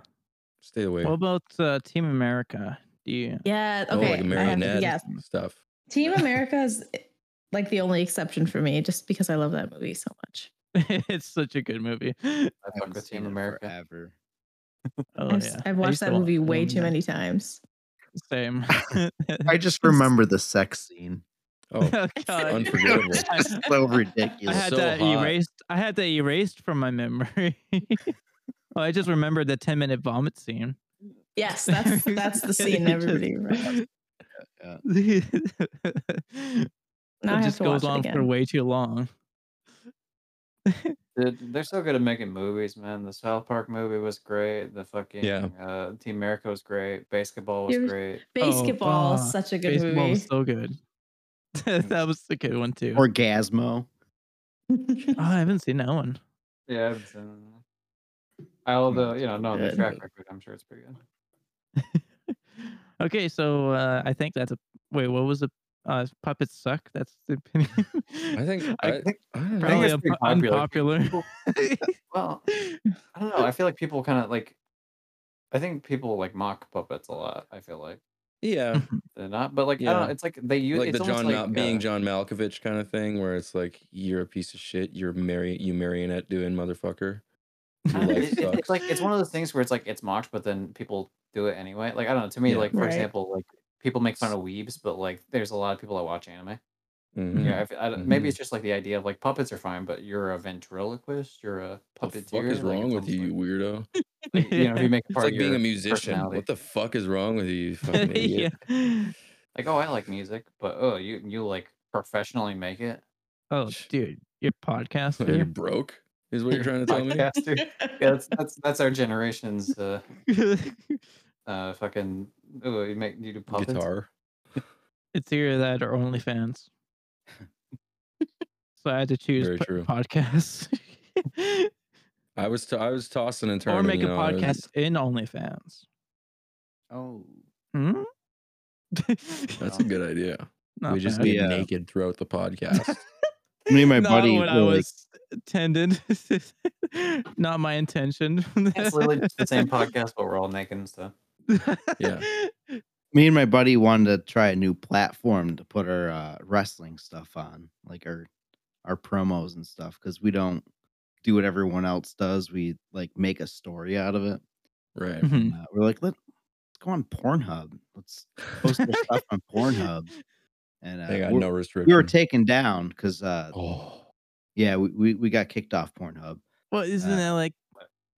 S3: Stay away.
S1: What about uh, Team America? Do you? <laughs>
S2: Yeah.
S3: Oh,
S2: Okay.
S3: like a
S2: I have to,
S3: marionette
S2: yes.
S3: stuff.
S2: Team America is like the only exception for me, just because I love that movie so much.
S1: it's such a good movie. Oh
S4: I fuck
S5: haven't
S4: with
S5: seen
S4: Team
S5: it
S4: America.
S5: forever.
S2: I've,
S1: yeah. I
S2: I've
S1: used
S2: watched
S1: to
S2: that
S1: wa-
S2: movie way
S1: um,
S2: too many times.
S3: <laughs>
S1: Same. <laughs>
S5: I just remember the sex scene.
S3: Oh,
S1: Oh, God.
S2: <laughs>
S3: unforgettable.
S5: It's so
S1: I
S5: ridiculous.
S1: had
S3: so
S1: that
S3: hot.
S1: erased. I had that erased from my memory. <laughs> oh, I just remembered the ten minute vomit
S2: <laughs>
S1: scene.
S2: Yes, that's that's the scene everybody remembers.
S1: <laughs>
S2: Now I
S1: it
S2: have
S1: just
S2: to
S1: goes
S2: watch it
S1: on for
S2: again.
S1: way too long.
S4: Dude, they're so good at making movies, man. The South Park movie was great. The fucking uh, Team America was great. Basketball was
S2: There was-
S4: great.
S2: Basketball,
S1: fuck.
S2: such a good
S1: Baseball
S2: movie.
S1: was
S2: <laughs>
S1: so good. <laughs> that was a good one too.
S5: Orgasmo.
S1: Oh, I haven't seen that one.
S4: Yeah, I've seen that. I although
S3: Hmm,
S4: you know, no, the
S2: Good.
S4: track record, I'm sure it's pretty good.
S1: Okay, so uh, I think that's a wait. What was the uh, puppets suck? That's the opinion. <laughs>
S3: I think
S1: I
S3: I, I don't know.
S1: probably
S4: it's pretty
S1: unpo-
S4: popular.
S1: unpopular. <laughs>
S4: Well, I don't know. I feel like people kind of like. I think people like mock puppets a lot. I feel like <laughs>
S3: Yeah,
S4: they're not, but like I don't.
S3: Yeah.
S4: know, It's like they use
S3: like
S4: it's
S3: the
S4: almost
S3: John
S4: like,
S3: Mal- being
S4: uh,
S3: John Malkovich kind of thing, where it's like you're a piece of shit, you're mari- you marionette doing motherfucker.
S4: I
S3: Your
S4: don't know,
S3: life
S4: <laughs> it- it-
S3: sucks.
S4: it's like it's
S1: <laughs>
S4: one of those things where it's like it's mocked, but then people do it anyway. Like I don't know. To me,
S3: Yeah.
S4: like for
S2: Right.
S4: example, like people make fun of weebs, but like there's a lot of people that watch anime.
S3: Mhm.
S4: Yeah, I f- I don't- maybe
S3: Mhm.
S4: it's just like the idea of like puppets are fine, but you're a ventriloquist, you're a
S3: What
S4: puppeteer.
S3: the fuck is
S4: like,
S3: wrong
S4: it's
S3: with you, you
S4: almost <laughs>
S3: weirdo?
S4: Like, you
S3: <laughs>
S4: know,
S1: <laughs>
S4: if you make a
S3: It's
S4: part
S3: like
S4: of
S3: being
S4: your
S3: a musician.
S4: personality.
S3: What the fuck is wrong with you,
S4: <laughs>
S3: you fucking idiot?
S1: Yeah.
S4: like, oh, I like music, but oh, you you like professionally make it. <laughs>
S1: Oh, dude, you're
S3: <laughs>
S1: a
S3: What, You're
S1: podcaster.
S3: broke? Is what you're trying to tell me?
S2: <laughs>
S4: Podcaster. yeah, that's that's that's our generation's uh uh fucking. Oh, you make you do puppets.
S3: Guitar.
S1: <laughs> it's either that
S4: <laughs>
S1: or OnlyFans. so I had to choose
S3: Very
S1: po-
S3: true.
S1: podcasts <laughs>
S3: I was t- I was tossing and turning.
S1: or make
S3: you
S1: a
S3: know, I was-
S1: podcast in OnlyFans.
S5: Oh,
S1: Hmm? <laughs>
S3: That's a good idea.
S1: Not
S3: we just
S1: bad.
S3: get
S5: Yeah.
S3: naked throughout the
S1: <laughs>
S3: podcast.
S5: me and my
S1: Not
S5: buddy.
S1: when I
S5: were, like,
S1: was attended. <laughs> Not my intention.
S4: It's
S1: <laughs>
S4: literally just the same podcast, but we're all naked and stuff.
S3: Yeah.
S5: me and my buddy wanted to try a new platform to put our uh, wrestling stuff on, like our our promos and stuff, because we don't do what everyone else does. We like make a story out of it.
S3: Right.
S1: Mhm.
S5: Uh, we're like, Let, let's go on Pornhub. Let's post our stuff on
S3: <laughs>
S5: Pornhub. And
S3: They
S5: uh,
S3: got
S5: we're-
S3: no restrictions.
S5: we were taken down because uh,
S3: oh,
S5: yeah, we, we, we got kicked off Pornhub.
S1: Well, isn't
S5: Uh,
S1: that like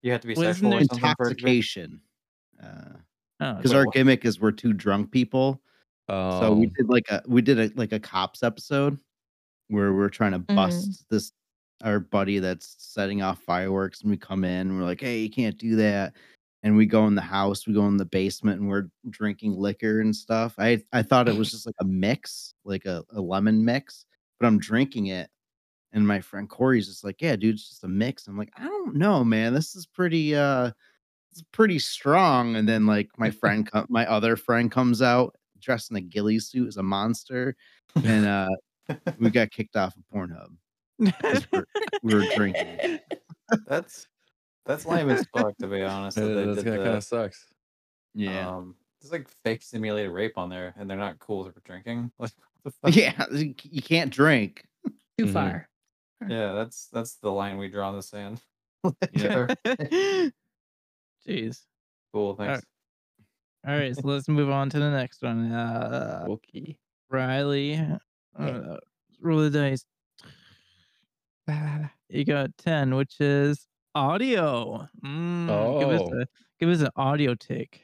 S4: You have to be
S1: Well, isn't
S4: sexual
S1: there
S4: or something for it to be-
S5: Intoxication. Because
S1: oh,
S5: our
S1: cool.
S5: gimmick is we're two drunk people. <laughs> So we
S3: um,
S5: did like a we did a like a cops episode where we're trying to bust this our buddy that's setting off fireworks and we come in and we're like, hey, you can't do that. And we go in the house, we go in the basement and we're drinking liquor and stuff. I I thought it was just like a mix, like a, a lemon mix, but I'm drinking it. And my friend Corey's just like, yeah, dude, it's just a mix. I'm like, I don't know, man. This is pretty uh it's pretty strong. And then like my friend co- my other friend comes out dressed in a ghillie suit as a monster, and uh, we got kicked off of Pornhub. 'cause We're, we were drinking.
S4: That's that's lame as fuck to be honest.
S3: that,
S4: that they did
S3: kind
S4: that.
S3: of sucks.
S5: Yeah,
S4: Um, there's like fake simulated rape on there, and they're not cool for drinking. <laughs> Like what the fuck?
S5: <laughs> yeah. You c- you can't drink.
S2: Too
S3: Mhm.
S2: far.
S4: Yeah, that's that's the line we draw in the sand. <laughs>
S5: <laughs> Yeah.
S1: <laughs> Jeez.
S4: cool. Thanks.
S1: All right, so let's move on to the next one. Uh,
S3: Wookie.
S1: Riley, uh, roll the dice. <sighs> You got ten, which is audio. Mm, give us
S3: Oh.
S1: a give us an
S3: <clears throat>
S1: audio take.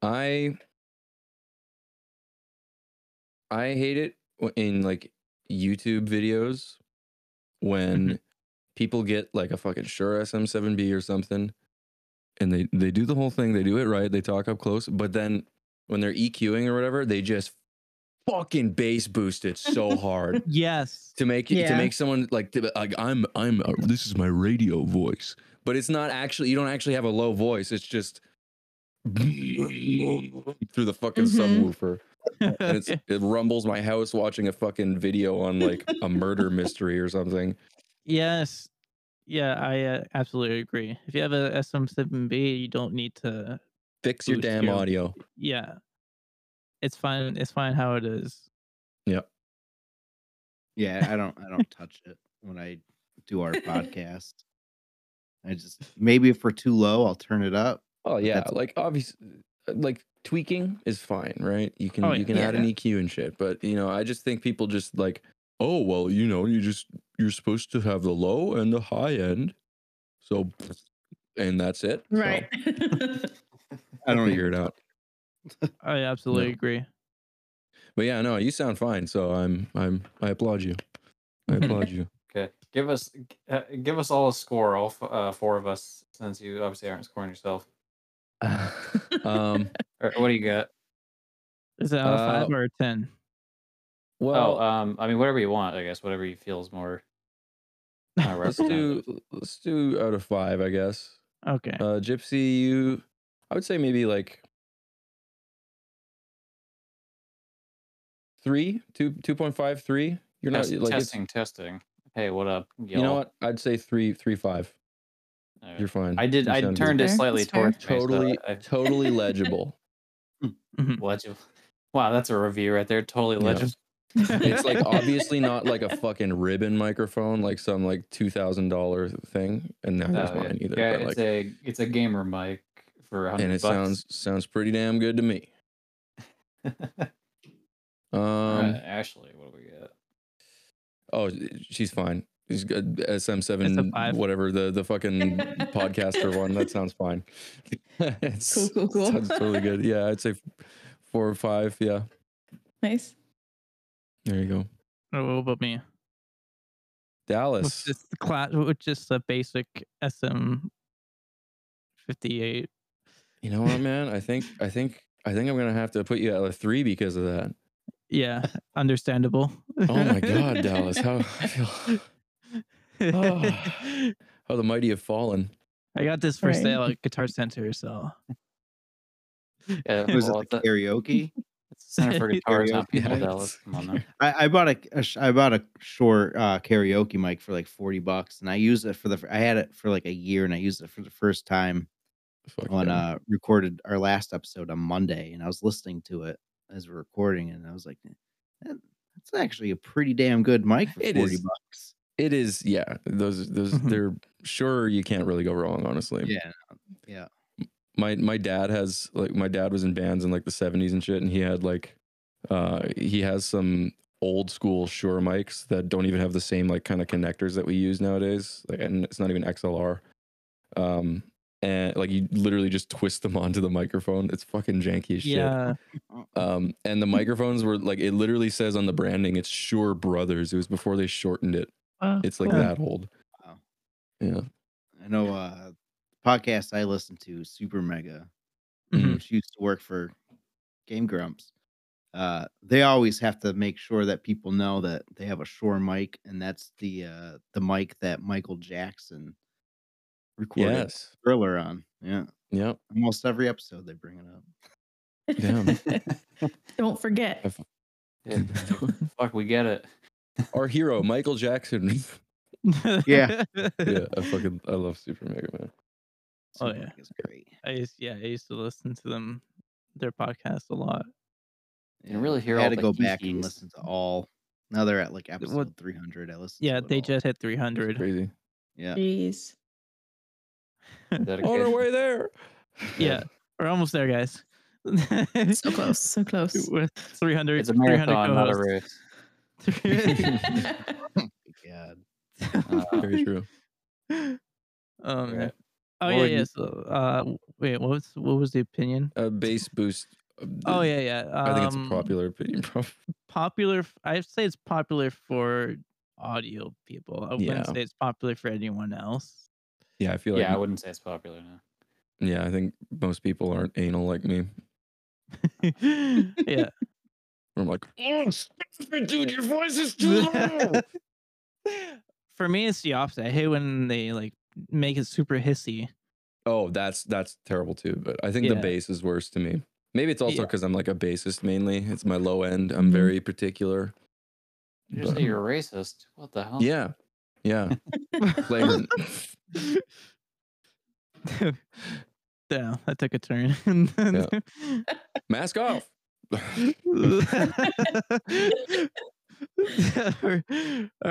S3: I I hate it w- in like YouTube videos
S5: Mm-hmm.
S3: when people get like a fucking Shure SM7B or something and they they do the whole thing, they do it right, they talk up close, but then when they're EQing or whatever, they just fucking bass boost it so hard
S1: Yes.
S3: to make it to
S2: Yeah.
S3: make someone like, to, like I'm I'm uh, this is my radio voice, but it's not actually you don't actually have a low voice. It's just <laughs> through the fucking
S2: Mhm.
S3: subwoofer, and
S1: <laughs>
S3: it's, it rumbles my house watching a fucking video on like a murder mystery or something.
S1: yes. Yeah, I uh, absolutely agree. If you have a SM7B, you don't need to.
S3: Fix your
S1: Boost
S3: damn
S1: your-
S3: audio.
S1: Yeah, it's fine. It's fine how it is.
S5: Yeah, I don't. I don't touch it when I do our podcast. I just maybe if we're too low, I'll turn it up.
S3: Oh yeah,
S5: That's-
S3: like obviously, like tweaking is fine, right? You can
S1: Oh, yeah.
S3: you can add an EQ and shit, but you know, I just think people just like, oh well, you know, you just you're supposed to have the low and the high end, so and that's it, So,
S2: Right.
S5: I don't
S3: figure it out.
S1: I absolutely
S3: No.
S1: agree.
S3: But yeah, no, you sound fine, so I'm I'm I applaud you. I applaud
S1: <laughs>
S3: you.
S4: Okay, give us g- uh, give us all a score, all f- uh, four of us, since you obviously aren't scoring yourself.
S1: Oh,
S3: um,
S4: Or, what do you got?
S1: Is it out of five
S3: Uh,
S1: or a ten?
S3: well,
S4: Oh,
S1: uh,
S4: um, I mean, whatever you want, I guess. Whatever you feels more. Uh,
S3: <laughs> let's
S4: representative.
S3: do let's do out of five, I guess.
S1: Okay.
S3: Uh, Gypsy, you, I would say maybe like three, two, two point five, three. You're not
S4: Test-
S3: like it's-
S4: testing, testing. Hey, what up?
S3: You know what? I'd say three, three five.
S4: what?
S3: You're fine.
S4: Uh, I did.
S3: You
S4: I
S3: sound good.
S4: turned it
S2: Fair,
S4: slightly
S2: that's fair.
S4: towards me, so
S3: totally,
S4: I- <laughs>
S3: totally legible.
S4: Legib- Wow, that's a review right there. Totally
S3: Yeah.
S4: legible.
S3: <laughs> It's like obviously not like
S4: <laughs>
S3: a fucking ribbon microphone, like some like two thousand dollar thing, and that was
S4: No, yeah.
S3: mine either.
S4: uh, Yeah,
S3: but,
S4: it's
S3: like,
S4: a it's a gamer mic for a hundred
S3: and it
S4: bucks.
S3: sounds sounds pretty damn good to
S4: <laughs>
S3: me. Um,
S4: Alright, Ashley, Uh, what do we got?
S3: Oh, she's fine. She's good. SM7,
S1: five.
S3: whatever the the fucking podcaster one. That sounds fine. <laughs> It's-
S2: Cool, cool, cool.
S3: Sounds totally good. Yeah, I'd say f- four or five. Yeah,
S2: <laughs> nice.
S3: there you go.
S1: Oh, what about me? With
S3: Dallas.
S1: just the class, with just a basic SM fifty eight.
S3: You know what, man? I think I think I think I'm gonna have to put you at a three because of that.
S1: Yeah, understandable.
S3: Oh
S1: <laughs>
S3: my god, Dallas! How I feel. Oh. How the mighty have fallen.
S1: I got this for
S2: Right.
S1: sale at Guitar Center, so
S3: <laughs>
S4: Yeah, <laughs>
S5: Was
S4: Uh, well,
S5: it the
S4: that-
S5: karaoke?
S4: it's the Center for Guitars, not
S5: Karaoke
S4: people,
S3: nights.
S4: Dallas. Come on now.
S5: I, I bought a, a sh- I bought a short uh, karaoke mic for like forty bucks, and I used it for the. fir- I had it for like a year, and I used it for the first time
S3: Fuck
S5: on
S3: yeah.
S5: uh recorded our last episode on Monday and I was listening to it as we're recording and I was like "Eh, that, that's actually a pretty damn good mic for
S3: It
S5: 40
S3: is.
S5: bucks.
S3: It is, yeah. Those those
S1: Mhm.
S3: they're sure you can't really go wrong, honestly.
S5: Yeah. Yeah.
S3: My my dad has like my dad was in bands in like the 70s and shit, and he had like uh he has some old school sure mics that don't even have the same like kind of connectors that we use nowadays. Like and it's not even XLR. Um and like you literally just twist them <laughs> onto the microphone. It's fucking janky as shit.
S1: Yeah.
S5: Uh,
S3: Um, and the microphones were like it literally says on the branding, it's Shure Brothers. It was before they shortened it.
S1: Wow,
S3: It's like
S1: cool.
S3: that old.
S5: Wow.
S3: Yeah.
S5: I know uh podcast I listen to, Super Mega,
S3: Mm-hmm.
S1: Mhm.
S5: which used to work for Game Grumps. Uh, they always have to make sure that people know that they have a Shore mic, and that's the uh, the mic that Michael Jackson recorded
S3: Yes.
S5: Thriller on. Yeah,
S3: Yep.
S5: almost every episode they bring it up.
S3: Damn.
S2: <laughs> Don't forget.
S4: Fuck, we get it.
S3: Our hero, Michael Jackson. <laughs>
S5: Yeah.
S3: yeah, I fucking I love Super Mega Man.
S1: Oh,
S5: Super
S1: yeah.
S5: Mega's great.
S1: I used, yeah, I used to listen to them, their podcast a lot.
S5: Yeah.
S4: And really hear
S5: I
S4: all
S5: had to
S4: the
S5: go back and
S4: hee-hees.
S5: listen to all. Now they're at like episode
S1: Well,
S5: 300. I listened.
S1: Yeah,
S5: to it
S1: they
S5: all.
S1: just hit
S3: It's
S1: 300.
S3: crazy.
S5: yeah.
S2: Jeez.
S3: <laughs> On our
S4: Dedication.
S3: way there.
S1: <laughs> Yeah, we're almost there, guys.
S2: So
S1: <laughs>
S2: close. So close.
S1: We're 300.
S4: It's a
S1: 300
S4: marathon, not a
S1: co-hosts.
S4: race.
S1: <laughs>
S4: <laughs>
S2: <laughs>
S5: God.
S3: Very true.
S1: Oh, man.
S4: Right.
S1: Oh
S4: What
S1: yeah,
S4: would
S1: yeah.
S4: you-
S1: So, uh, w- wait, what was what was the opinion?
S3: A bass boost. uh,
S1: Oh yeah, yeah. Um,
S3: I think it's a popular opinion. prob-
S1: Popular. f- I'd say it's popular for audio people. I
S3: Yeah.
S1: wouldn't say it's popular for anyone
S3: <laughs>
S1: else.
S3: <laughs>
S1: <laughs>
S3: Yeah, I feel like
S4: Yeah, I
S3: yeah,
S4: wouldn't say it's popular now.
S3: I think most people aren't anal like me.
S1: yeah.
S3: I'm like,
S5: <laughs>
S1: <laughs> for me, it's the opposite. I hate when they like make it super
S3: <laughs>
S1: hissy. <laughs>
S3: oh, that's that's terrible too. But I think the
S1: Yeah.
S3: bass is worse to me. Maybe it's also
S1: Yeah. Mm-hmm.
S3: because I'm like a bassist mainly. It's my low end. I'm
S2: Mhm.
S3: very particular.
S4: You just
S3: But-
S4: say you're racist. What the hell?
S3: Yeah.
S1: <laughs>
S3: Yeah. Flagrant.
S1: yeah, that took a turn. <laughs> And then-
S3: <laughs>
S1: <laughs>
S3: Mask off. <laughs>
S1: All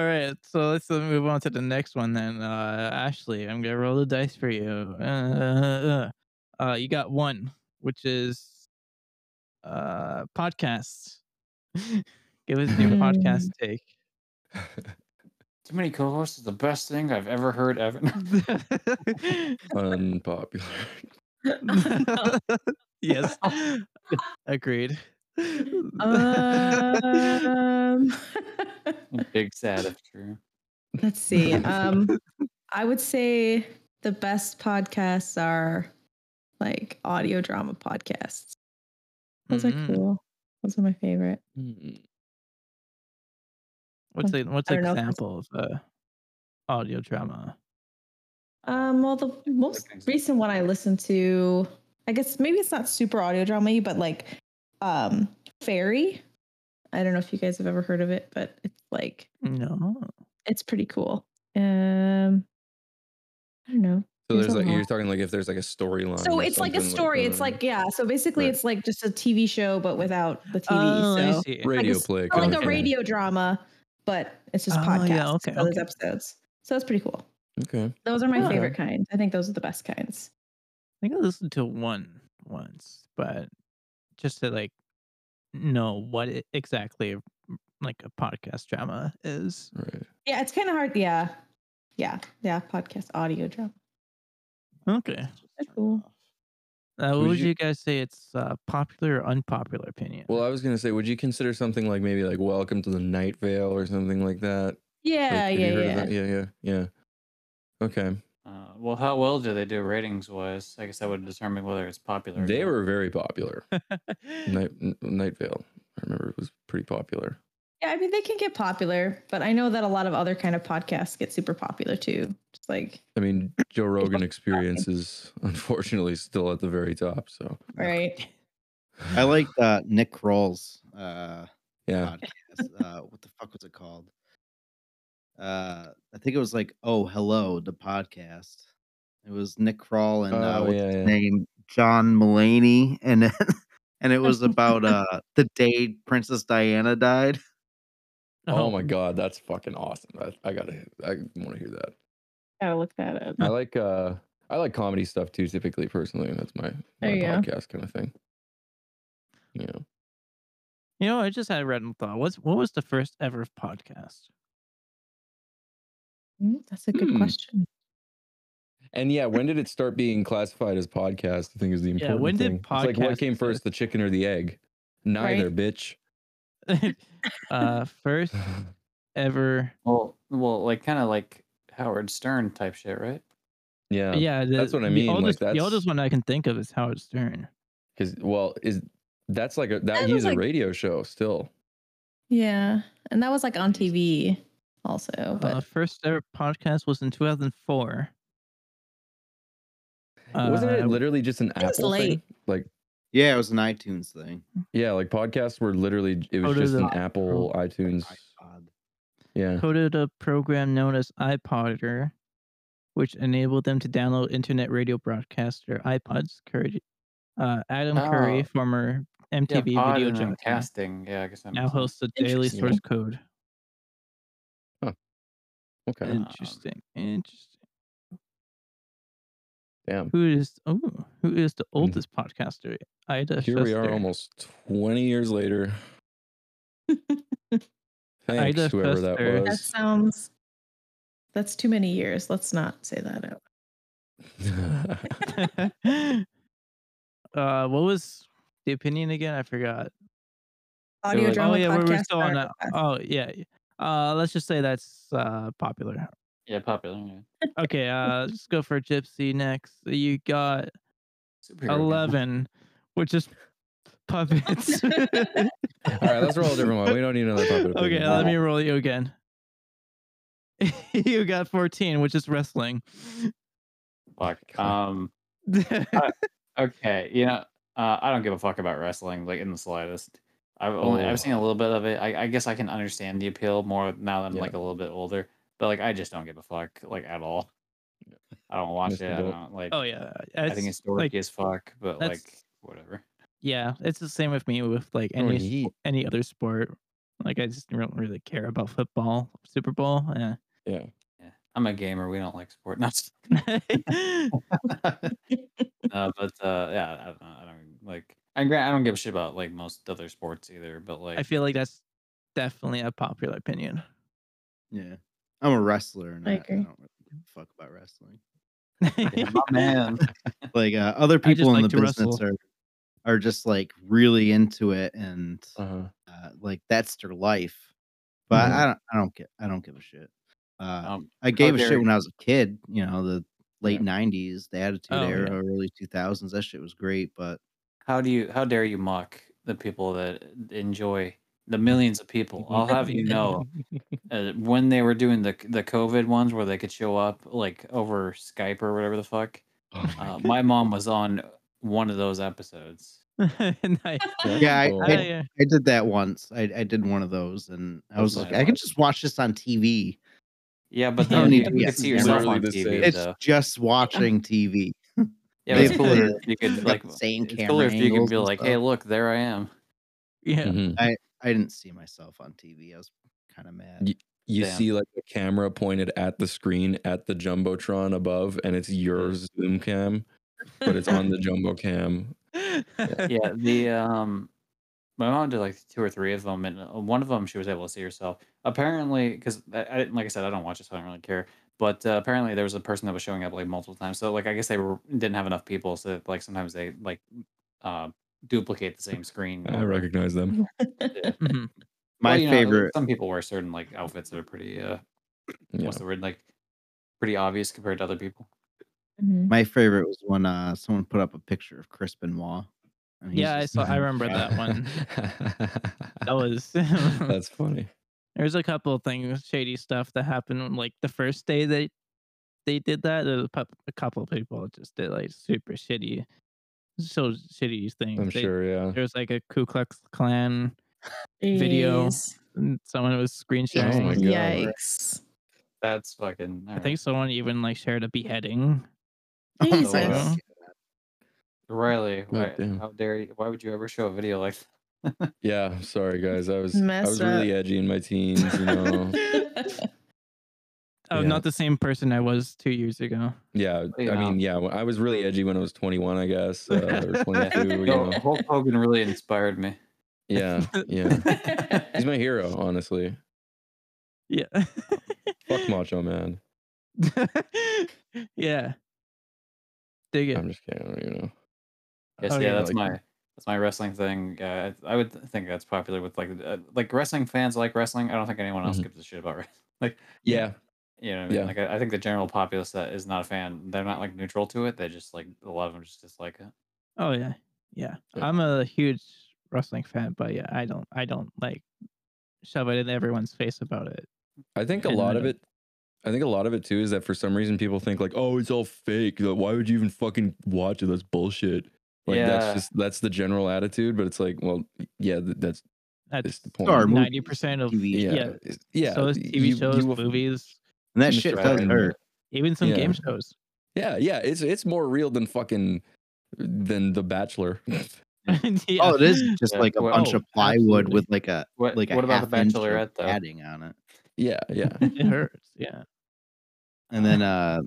S1: right, so let's uh, move on to the next one then. Uh, Ashley, I'm gonna roll the dice for you. Uh, uh, uh, you got one, which is uh, podcasts. <laughs> Give us your podcast take. <laughs>
S4: Too many co-hosts is the best thing I've ever heard ever. <laughs>
S3: Unpopular.
S1: yes, <laughs> agreed.
S2: <laughs>
S1: <laughs>
S2: um, <laughs>
S4: Big sad if true.
S2: let's see. Um, I would say the best podcasts are like audio drama podcasts. Those
S1: Mhm.
S3: Mm-hmm.
S2: are cool. Those are my favorite.
S1: Mm. What's a what's
S2: I
S1: an
S2: don't know if that's-
S1: example of uh, audio drama?
S2: Um, well, the most
S4: things.
S2: recent one I listened to, I guess maybe it's not super audio drama, but like, um, Fairy. I don't know if you guys have ever heard of it, but it's like
S1: No.
S2: it's pretty cool. Um, I don't know.
S3: So
S2: There's
S3: there's
S2: a
S3: like you're
S2: lot.
S3: talking like if there's like a storyline.
S2: So
S3: or
S2: it's like a
S3: something
S2: story. it's
S3: that.
S2: like yeah. So basically,
S3: Right.
S2: it's like just a TV show, but without the TV.
S1: oh,
S2: so
S1: I see.
S3: radio
S2: a s-
S3: play.
S2: or
S3: kind
S2: like
S3: of
S2: a
S3: thing.
S2: radio drama, but it's just
S1: Oh,
S2: podcasts.
S1: yeah, okay,
S2: so there's
S1: okay.
S2: episodes. So it's pretty cool.
S3: Okay.
S2: Those are my
S1: Okay.
S2: favorite kind. I think those are the best kinds.
S1: I think I listened to one once, but just to like know what it, exactly like a podcast drama is.
S3: Right.
S2: Yeah, it's kind of hard. Yeah, yeah, yeah. Podcast audio drama.
S1: Okay.
S2: That's cool.
S1: Uh, what would
S3: you-
S1: you, guys say it's uh, popular or unpopular opinion? <laughs>
S3: Well, I was gonna say, would you consider something like maybe like Welcome to the Night Vale or something like that? Like,
S2: Yeah,
S3: have you
S2: yeah,
S3: heard of
S2: yeah.
S3: that? yeah, yeah, yeah. Okay.
S4: Uh, well, how well do they do ratings wise? I guess that would determine whether it's popular. or
S3: They
S4: not.
S3: were very popular. Night N- Night Vale. I remember it was pretty popular.
S2: Yeah, I mean they can get popular, but I know that a lot of other kind of podcasts get super popular too. Just like
S3: I mean, Joe Rogan Experience is unfortunately still at the very top. So
S2: right.
S5: I liked uh, Nick Kroll's uh,
S3: yeah,
S5: podcast. Uh, what the fuck was it called? Uh, I think it was like Oh Hello, the podcast. It was Nick Kroll and uh,
S3: Oh,
S5: what's
S3: yeah,
S5: his
S3: yeah.
S5: <laughs> name John Mulaney, <laughs> and it- and it was about uh, the day Princess Diana died.
S3: Oh my god, that's fucking awesome. I, I gotta I wanna hear that.
S6: Gotta look that up.
S3: I like uh I like comedy stuff too typically personally. and That's my, my
S6: There you go.
S3: podcast kind of thing. Yeah.
S1: You know, I just had a random thought. What's what was the first ever
S3: <laughs>
S1: podcast? <laughs>
S2: Mm, That's a good
S3: Hmm.
S2: question.
S3: And yeah, when did it start being classified as podcast? I think is the
S1: Yeah,
S3: important
S1: when did
S3: thing. It's like what
S1: podcast
S3: came first,
S1: exist?
S3: the chicken or the egg? Neither, bitch. <laughs>
S1: uh, first ever.
S4: Well, well, like kind of like Howard Stern type shit, right?
S3: yeah.
S1: yeah, the,
S3: that's what I
S1: The
S3: mean, like,
S1: oldest,
S3: that's-
S1: the oldest one I can think of is Howard Stern.
S3: Cuz well, is that's like a that,
S2: That
S3: he's
S2: was
S3: a
S2: like-
S3: radio show still.
S2: Yeah, and that was like on TV also. But
S1: Uh, first ever podcast was in 2004.
S3: Wasn't
S1: Uh,
S3: it literally just an
S2: was
S3: Apple
S2: late.
S3: thing? Like
S5: <laughs> Yeah, it was an iTunes thing.
S3: yeah, like podcasts were literally it was
S1: Photos
S3: just an
S1: of-
S3: Apple iTunes.
S5: iPod.
S3: Yeah.
S1: coded a program known as iPodder, which enabled them to download internet radio broadcasts or iPods. Curry, uh, Adam Curry,
S3: Oh.
S4: Ah.
S1: former MTV
S4: pod
S1: video
S4: and then
S1: jockey,
S4: casting. Yeah, I guess that
S1: now
S4: makes sense.
S1: hosts the Daily
S2: Interesting.
S1: Source Code.
S3: Okay.
S4: Um,
S1: Interesting. Interesting.
S3: Damn. Mm-hmm.
S1: Who is oh who is the oldest podcaster? Ida
S3: Here we are
S1: Fester.
S3: almost 20 years
S1: <laughs>
S3: later. Thanks,
S1: Ida
S3: whoever that
S1: Fester.
S2: that
S3: was.
S2: sounds. That's too many years. Let's not say that out.
S1: <laughs> uh, what was the opinion again? I forgot.
S2: Audio
S4: was-
S2: drama
S1: oh yeah,
S2: podcast.
S1: we're, we're still on
S2: or-
S1: that. Oh yeah. Uh, let's just say that's uh popular.
S4: Yeah, popular. Yeah.
S5: Oh
S1: Okay, uh, let's go for Gypsy next. You got
S4: Superhero guy.
S1: eleven, which is
S3: <laughs>
S4: <laughs>
S1: puppets.
S3: All right, let's roll a different one. We don't need another puppet.
S1: <laughs> okay,
S3: opinion.
S1: let me roll you again. <laughs> you got 14, which is wrestling. <laughs>
S4: Fuck. Um. Okay. You know, uh, I don't give a fuck about wrestling like in the slightest. I've only
S3: Oh.
S4: I've seen a little bit of it. I, I guess I can understand the appeal more now that I'm
S3: Yeah.
S4: like a little bit older. But like I just don't give a fuck like at all. I don't watch
S3: Mr.
S4: it. I
S3: Dope.
S4: don't like.
S1: oh yeah,
S4: I think it's dorky
S1: like-
S4: as fuck, but
S1: that's-
S4: like whatever.
S1: yeah. It's the same with me with like
S3: Oh,
S1: any
S3: yeet.
S1: any other sport. Like I just don't really care about football, Super Bowl. eh. <laughs>
S3: Yeah.
S4: Yeah. I'm a gamer. We don't like sport. <laughs> Not. uh, but uh, yeah, I don't, know, I don't like. And grant, I don't give a shit about like most other sports either. But like,
S1: I feel like that's definitely a popular opinion.
S5: Yeah. I'm a wrestler and
S2: I
S5: I, I
S2: agree.
S5: don't really give a fuck about wrestling.
S1: <laughs>
S4: Yeah, my
S5: <laughs>
S4: man.
S5: Like uh, other
S1: just
S5: people in
S1: like
S5: the
S1: to
S5: business
S1: wrestle.
S5: are are just like really into it and
S3: Uh-huh.
S5: uh, like that's their life. But
S4: Mm-hmm.
S5: I don't I don't get I don't give a shit. Uh,
S4: Um,
S5: I gave a
S4: dare
S5: shit when
S4: you.
S5: I was a kid, you know, the late nineties, the attitude
S1: Oh, yeah.
S5: era, early two thousands, that shit was great, but
S4: How do you? How dare you mock the people that enjoy the millions of people? I'll have
S3: <laughs>
S4: you know, uh, when they were doing the the COVID ones where they could show up like over Skype or whatever the fuck,
S3: Oh my
S4: uh, my mom was on one of those episodes.
S1: <laughs> nice. Oh,
S3: God.
S5: yeah, I,
S3: Cool.
S5: I,
S1: <laughs>
S5: I did that once. I, I did one of those, and I
S4: That's
S5: was
S4: what
S5: like,
S4: I
S5: I could
S4: watched.
S5: just watch this on TV.
S4: Yeah, but
S3: Oh,
S1: You don't
S4: then
S1: need
S4: you,
S1: to
S4: you
S5: be
S4: could
S5: on
S4: see yourself
S3: camera.
S4: on
S3: Literally the
S4: TV.
S5: It's
S4: though.
S5: just watching TV.
S4: Yeah, but it's
S5: it's
S4: cooler.
S5: the-
S4: if You
S5: <laughs>
S4: could
S5: got
S4: like
S5: the same
S4: it's cooler if you could
S5: angles
S4: be
S5: and
S4: like, "Hey,
S5: stuff.
S4: look, there I am."
S1: yeah.
S3: Mhm.
S5: I didn't see myself on TV. I was kind of mad.
S3: Ye- You
S4: Damn.
S3: see like the camera pointed at the screen at the jumbotron above, and it's your
S1: Mm.
S3: Zoom cam, but it's on the jumbo cam.
S4: Mm-hmm.
S1: <laughs>
S4: yeah the um my mom did like two or three of them and uh, one of them she was able to see herself apparently because I, I didn't like i said i don't watch it so i don't really care but uh, apparently there was a person that was showing up like multiple times so like i guess they were, didn't have enough people so like sometimes they like uh duplicate the same screen
S3: I
S4: or-
S3: recognize
S1: <laughs>
S3: them.
S2: <laughs>
S1: Mhm.
S5: My
S4: Well, you know,
S5: favorite.
S4: some people wear certain like outfits that are pretty uh
S3: Yeah.
S4: what's the word like pretty obvious compared to other people
S2: Mhm.
S5: my favorite was when uh, someone put up a picture of Chris Benoit. and he's
S1: Yeah, I
S5: just
S1: saw-
S4: <laughs>
S1: I
S5: in
S1: remember
S5: shot.
S1: that
S3: <laughs>
S1: one. That was <laughs>
S3: That's funny.
S1: there's a couple of things shady stuff that happened on, like the first day they they did that. There was a pup- a couple of people just did like super shitty, so shitty things.
S3: I'm
S1: They-
S3: sure. Yeah.
S1: There was like a Ku Klux Klan. Video.
S2: Jeez.
S1: and Someone was screen
S3: Oh
S1: sharing.
S3: my God.
S2: Yikes.
S4: that's fucking
S1: I think someone even like shared a beheading.
S2: Jesus.
S4: Riley, why,
S3: damn.
S4: how dare you? Why would you ever show a video like that?
S3: Yeah, sorry guys. I was I
S2: Messed
S3: was really edgy in my teens, you
S2: <laughs>
S3: know.
S1: I'm
S3: Yeah.
S1: Oh, not the same person I was two years ago.
S3: yeah,
S4: Yeah.
S3: I mean, yeah, when- I was really edgy when I was 21, I guess, uh, or 22. you
S4: Yo,
S3: know.
S4: Hulk Hogan really inspired <laughs> me.
S3: Yeah, yeah. He's my hero, honestly.
S1: Yeah. <laughs>
S3: Fuck Macho Man.
S1: yeah. Dig it.
S3: I'm just kidding. I don't even know.
S4: Yes,
S1: Oh,
S4: yeah,
S1: yeah,
S4: that's
S3: like-
S4: my that's my wrestling thing. Uh, I I would think that's popular with like uh, like wrestling fans like wrestling. I don't think anyone else
S3: Mhm.
S4: gives a shit about wrestling.
S3: Yeah,
S4: You know, what I mean?
S3: Yeah.
S4: like I, I think the general populace that is not a fan, they're not like neutral to it. They just like a lot of them just dislike it.
S1: Oh yeah. Yeah.
S3: Yeah.
S1: I'm a huge wrestling fan, but yeah, I don't I don't like shove it in everyone's face about it.
S3: I think a
S1: And
S3: lot
S1: I
S3: of
S1: don't-
S3: it. I think a lot of it too is that for some reason people think like, oh, it's all fake. Like, Why would you even fucking watch it? That's bullshit. Like
S4: Yeah.
S3: that's just that's the general attitude. But it's like, well, yeah, th- that's
S1: That's
S3: it's the point.
S5: Sorry, Or movie.
S1: ninety percent of
S5: TV.
S3: yeah,
S1: yeah.
S3: it's- yeah.
S1: so is
S3: y-
S1: TV
S3: you-
S1: shows,
S3: you will-
S1: movies,
S5: And that
S3: Mr.
S5: shit does
S3: Ryan.
S5: hurt.
S1: even some
S3: Yeah.
S1: game shows.
S3: Yeah, yeah. It's it's more real than fucking than The Bachelor. <laughs>
S1: <laughs> Yeah.
S5: Oh, it is just
S4: Yeah.
S5: like a
S4: Well,
S5: bunch
S1: oh,
S5: of plywood
S1: absolutely.
S5: with like a
S4: What
S5: like a
S4: what about the
S5: half inch of
S4: Bachelorette though?
S5: padding on it.
S3: yeah, yeah.
S1: It hurts. Yeah.
S5: and then uh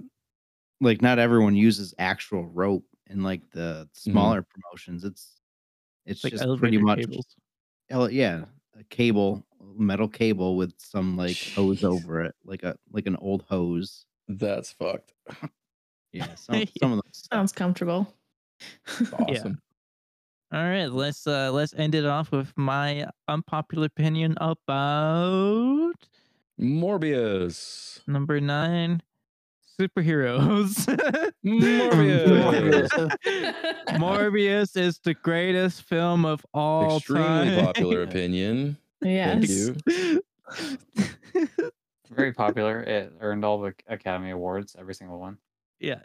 S5: like not everyone uses actual rope in like the smaller promotions it's it's
S1: It's like
S5: just pretty
S1: elevator
S5: much
S1: cables.
S5: ele- yeah a cable metal cable with some like hose
S3: Jeez.
S5: over it like a like an old hose
S3: That's
S1: <laughs>
S3: fucked.
S5: yeah some, some of those
S2: Sounds comfortable.
S3: Awesome.
S1: All right, let's uh let's end it off with my unpopular opinion about
S3: Morbius.
S1: number nine, superheroes. <laughs>
S4: <laughs>
S3: <laughs> Morbius.
S1: Morbius is the greatest film of all
S3: Extremely
S1: time. <laughs>
S3: popular opinion.
S2: <laughs> yes.
S3: Thank you.
S4: Very popular. It earned all the Academy Awards, every single one.
S1: yeah,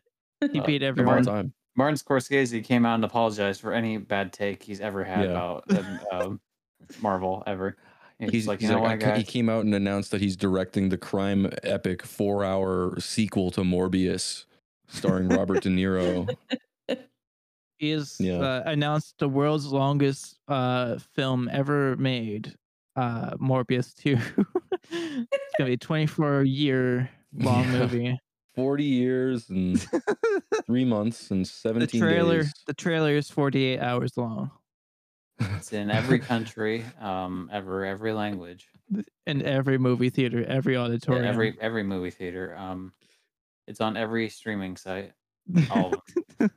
S1: he
S4: Uh,
S1: beat
S3: Of all
S1: everyone.
S3: time.
S4: Martin Scorsese came out and apologized for any bad take he's ever had
S3: Yeah.
S4: about um, um, Marvel ever. He's,
S3: He's
S4: like,
S3: he's
S4: you know
S3: like,
S4: what,
S3: I e-" ca- he
S4: guys?
S3: came out and announced that he's directing the crime epic four hour sequel to Morbius,
S1: <laughs>
S3: starring Robert De Niro.
S1: He has
S3: Yeah.
S1: uh, announced the world's longest uh film ever made, uh Morbius Two. <laughs> it's gonna be a 24 year long
S3: Yeah.
S1: movie.
S3: 40 years
S1: <laughs>
S3: and three months and
S1: The
S3: 17
S1: trailer,
S3: days.
S1: the trailer is 48 hours long.
S4: It's in every country, um, ever, every language,
S1: in every movie theater, every
S4: yeah,
S1: auditorium. <laughs>
S4: every every movie theater. Um, it's on every streaming site. All of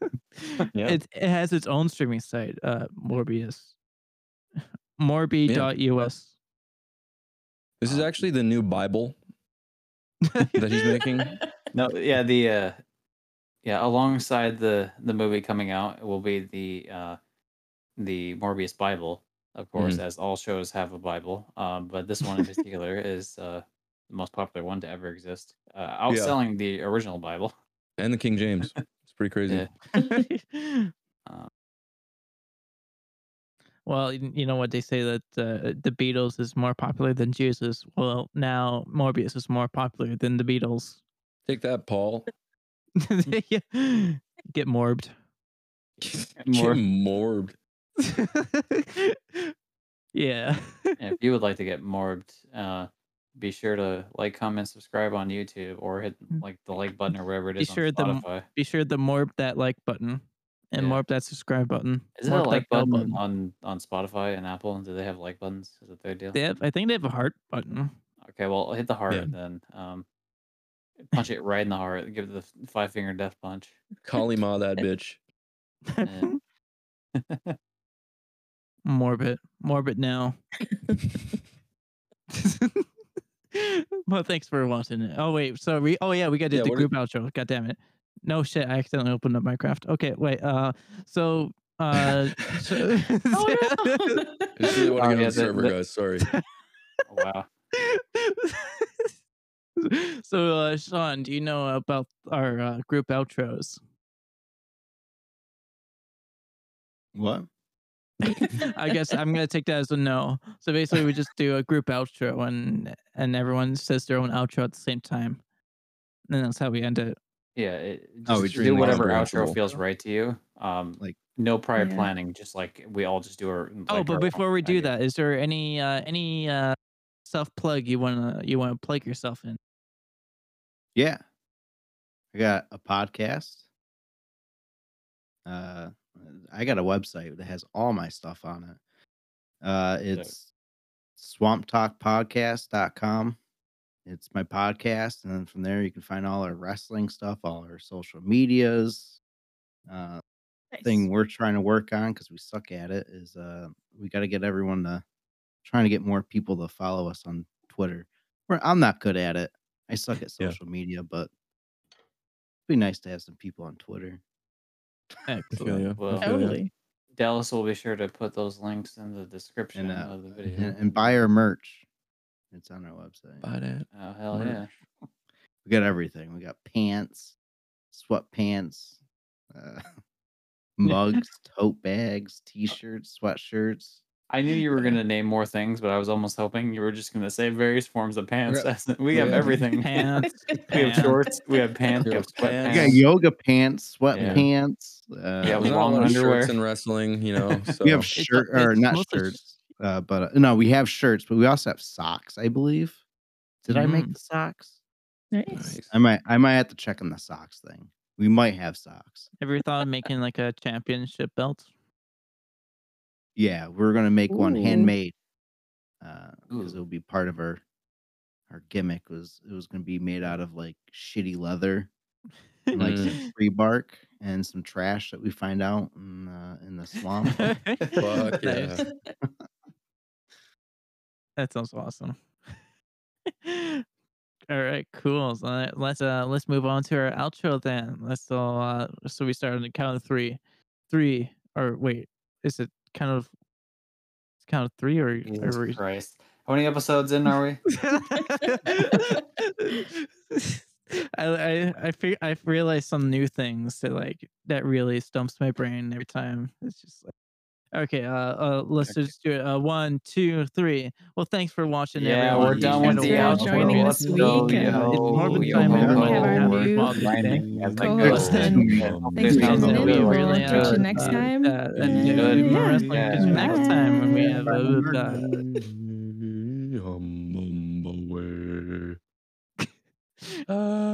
S3: Yeah.
S1: it, it has its own streaming site, uh, Morbius. Morbi.us.
S3: This is
S4: Um,
S3: actually the new
S1: <laughs>
S3: Bible that he's making.
S4: No, yeah, the uh, yeah, alongside the the movie coming out will be the uh, the Morbius Bible, of course,
S1: Mm-hmm.
S4: as all shows have a Bible. Um, but this
S1: <laughs>
S4: one in particular is uh, the most popular one to ever exist, uh, outselling the original Bible. <laughs>
S3: and the King James. It's pretty crazy.
S4: Yeah. <laughs> Um,
S1: well, you you know what they say that uh, the Beatles is more popular than Jesus. Well, now Morbius is more popular than the Beatles.
S3: Take that, Paul.
S4: Mm.
S1: <laughs> Yeah. Get
S4: <laughs>
S1: morbed.
S4: Mor-
S3: Get morbed.
S1: yeah. <laughs>
S4: if you would like to get morbed, uh, be sure to like, comment, subscribe on YouTube, or hit like the like button or wherever it
S1: Mm. Be
S4: is
S1: sure
S4: on
S1: the m-
S4: Spotify.
S1: Be sure to morb that like button and
S4: Yeah.
S1: morb that subscribe button.
S4: Is there a
S1: Morb that
S4: like
S1: bell
S4: button, on on Spotify and Apple? Do they have like buttons? Is it their deal?
S1: They have, I think they have a heart button.
S4: Okay, well hit the heart
S3: Yeah.
S4: then. Um, punch it right in the heart. Give it the f- five finger death punch.
S3: Kali Ma, that bitch.
S4: Yeah.
S1: <laughs> Morbid. Morbid now. <laughs> well, thanks for watching it. Oh wait, so we oh yeah, we gotta do
S3: Yeah,
S1: the
S3: what did-
S1: group outro. God damn it. No shit, I accidentally opened up Minecraft. Okay, wait, uh so uh so-
S2: <laughs>
S1: <laughs>
S2: <laughs> Oh,
S3: This is
S2: no.
S3: what
S4: Oh,
S3: I got on
S4: yeah,
S3: the
S4: the-
S3: server,
S4: the-
S3: guys. Sorry.
S4: Oh, wow.
S1: <laughs> so uh Sean, do you know about our uh, group outros?
S5: <laughs> what
S1: I guess I'm gonna take that as a no. So basically, we just do a group outro, and and everyone says their own outro at the same time, and that's how we end it.
S4: Yeah. It,
S5: Oh,
S4: just
S5: we
S4: do
S5: dream like
S4: whatever
S3: something
S4: outro
S3: watchable.
S4: feels right to you. Um,
S5: Like
S4: no prior
S2: Yeah.
S4: planning, just like we all just do our.
S1: Oh,
S4: like,
S1: but
S4: our
S1: before
S4: own
S1: we do
S4: idea.
S1: that, is there any uh any uh self plug you wanna you wanna plug yourself in?
S5: Yeah. I got a podcast. Uh I got a website that has all my stuff on it. Uh it's swamptalkpodcast.com. It's my podcast and then from there you can find all our wrestling stuff, all our social medias. Uh thing we're trying to work on because we suck at it is uh we got to get everyone to trying to get more people to follow us on Twitter. We're, I'm not good at it. I suck at
S3: Yeah.
S5: social media, but it'd be nice to have some people on Twitter.
S3: I feel
S1: Excellent.
S3: you.
S4: Well,
S3: I feel you.
S2: Totally.
S4: Dallas will be sure to put those links in the description
S5: And, uh, <laughs>
S4: of the video.
S5: and, and buy our merch. It's on our website.
S3: Buy that.
S4: Oh hell
S3: merch.
S4: yeah!
S5: We got everything. We got pants, sweatpants,
S4: <laughs>
S5: uh, <laughs> mugs, tote bags, t-shirts, sweatshirts.
S4: I knew you were gonna name more things, but I was almost hoping you were just gonna say various forms of pants.
S3: Yeah.
S4: That's- <laughs> we have
S3: Yeah. <laughs>
S4: everything.
S1: Pants.
S4: <laughs> We have
S1: pants.
S4: shorts.
S2: <laughs>
S4: We have pants. We
S3: Yeah.
S4: have
S5: We
S3: Yeah.
S5: got
S4: sweatpants.
S5: yoga pants,
S4: Yeah.
S5: sweatpants. Uh,
S4: Yeah,
S3: There's not a
S4: long
S3: lot of
S4: underwear.
S3: shirts in wrestling, you know. So
S5: we have
S1: It's a-
S5: shirt or
S1: it's
S5: not
S1: mostly sh-
S5: shirts, uh, but uh, no, we have shirts, but we also have socks. I believe. Did I make
S1: Mm.
S5: the socks?
S2: Nice.
S3: nice.
S5: I might. I might have to check on the socks thing. We might have socks.
S1: Have you thought of making like a championship belt?
S5: Yeah, we're gonna make one
S2: Ooh.
S5: handmade because
S4: Ooh.
S5: it'll be part of our our gimmick. Was it was gonna be made out of like shitty leather, and, like
S3: Mm.
S5: some
S1: Mm.
S5: tree bark, and some trash that we find out in the, in the swamp.
S1: <laughs>
S3: Fuck yeah.
S1: Nice. That sounds awesome. <laughs> All right, cool. So let- let's uh let's move on to our outro then. Let's so uh so we start on the count of three, three or wait, is it kind of it's count of three or, or
S4: Jesus
S1: are we-
S4: Christ! How many episodes in
S2: <laughs>
S4: are we?
S1: I I I fig- I've realized some new things that like that really stumps my brain every time. It's just like okay, uh, uh let's
S4: Okay.
S1: just do it. Uh, one, two, three. Well, thanks for watching.
S4: Yeah,
S1: everyone.
S4: we're
S1: It's
S4: done
S1: been
S2: Thanks
S4: with
S1: a
S4: the
S1: while.
S2: for
S4: outro.
S2: joining us
S4: Let's
S2: week.
S4: go,
S2: Yeah,
S4: yo,
S1: it's Morbid
S4: yo,
S1: Time
S4: ho,
S1: everyone.
S4: ho,
S1: Have our
S4: ho.
S1: new
S4: Morbid
S1: landing.
S4: Time.
S2: Co-host and Thanks for
S3: Thanks for
S2: tuning in.
S3: having
S2: We'll
S3: me.
S1: Really,
S2: catch you
S1: uh,
S2: next
S1: uh,
S2: time.
S1: Uh, and
S2: Yeah.
S1: uh, more
S2: Yeah.
S1: wrestling picture next time when we have uh, uh,
S3: <laughs> I'm on my way.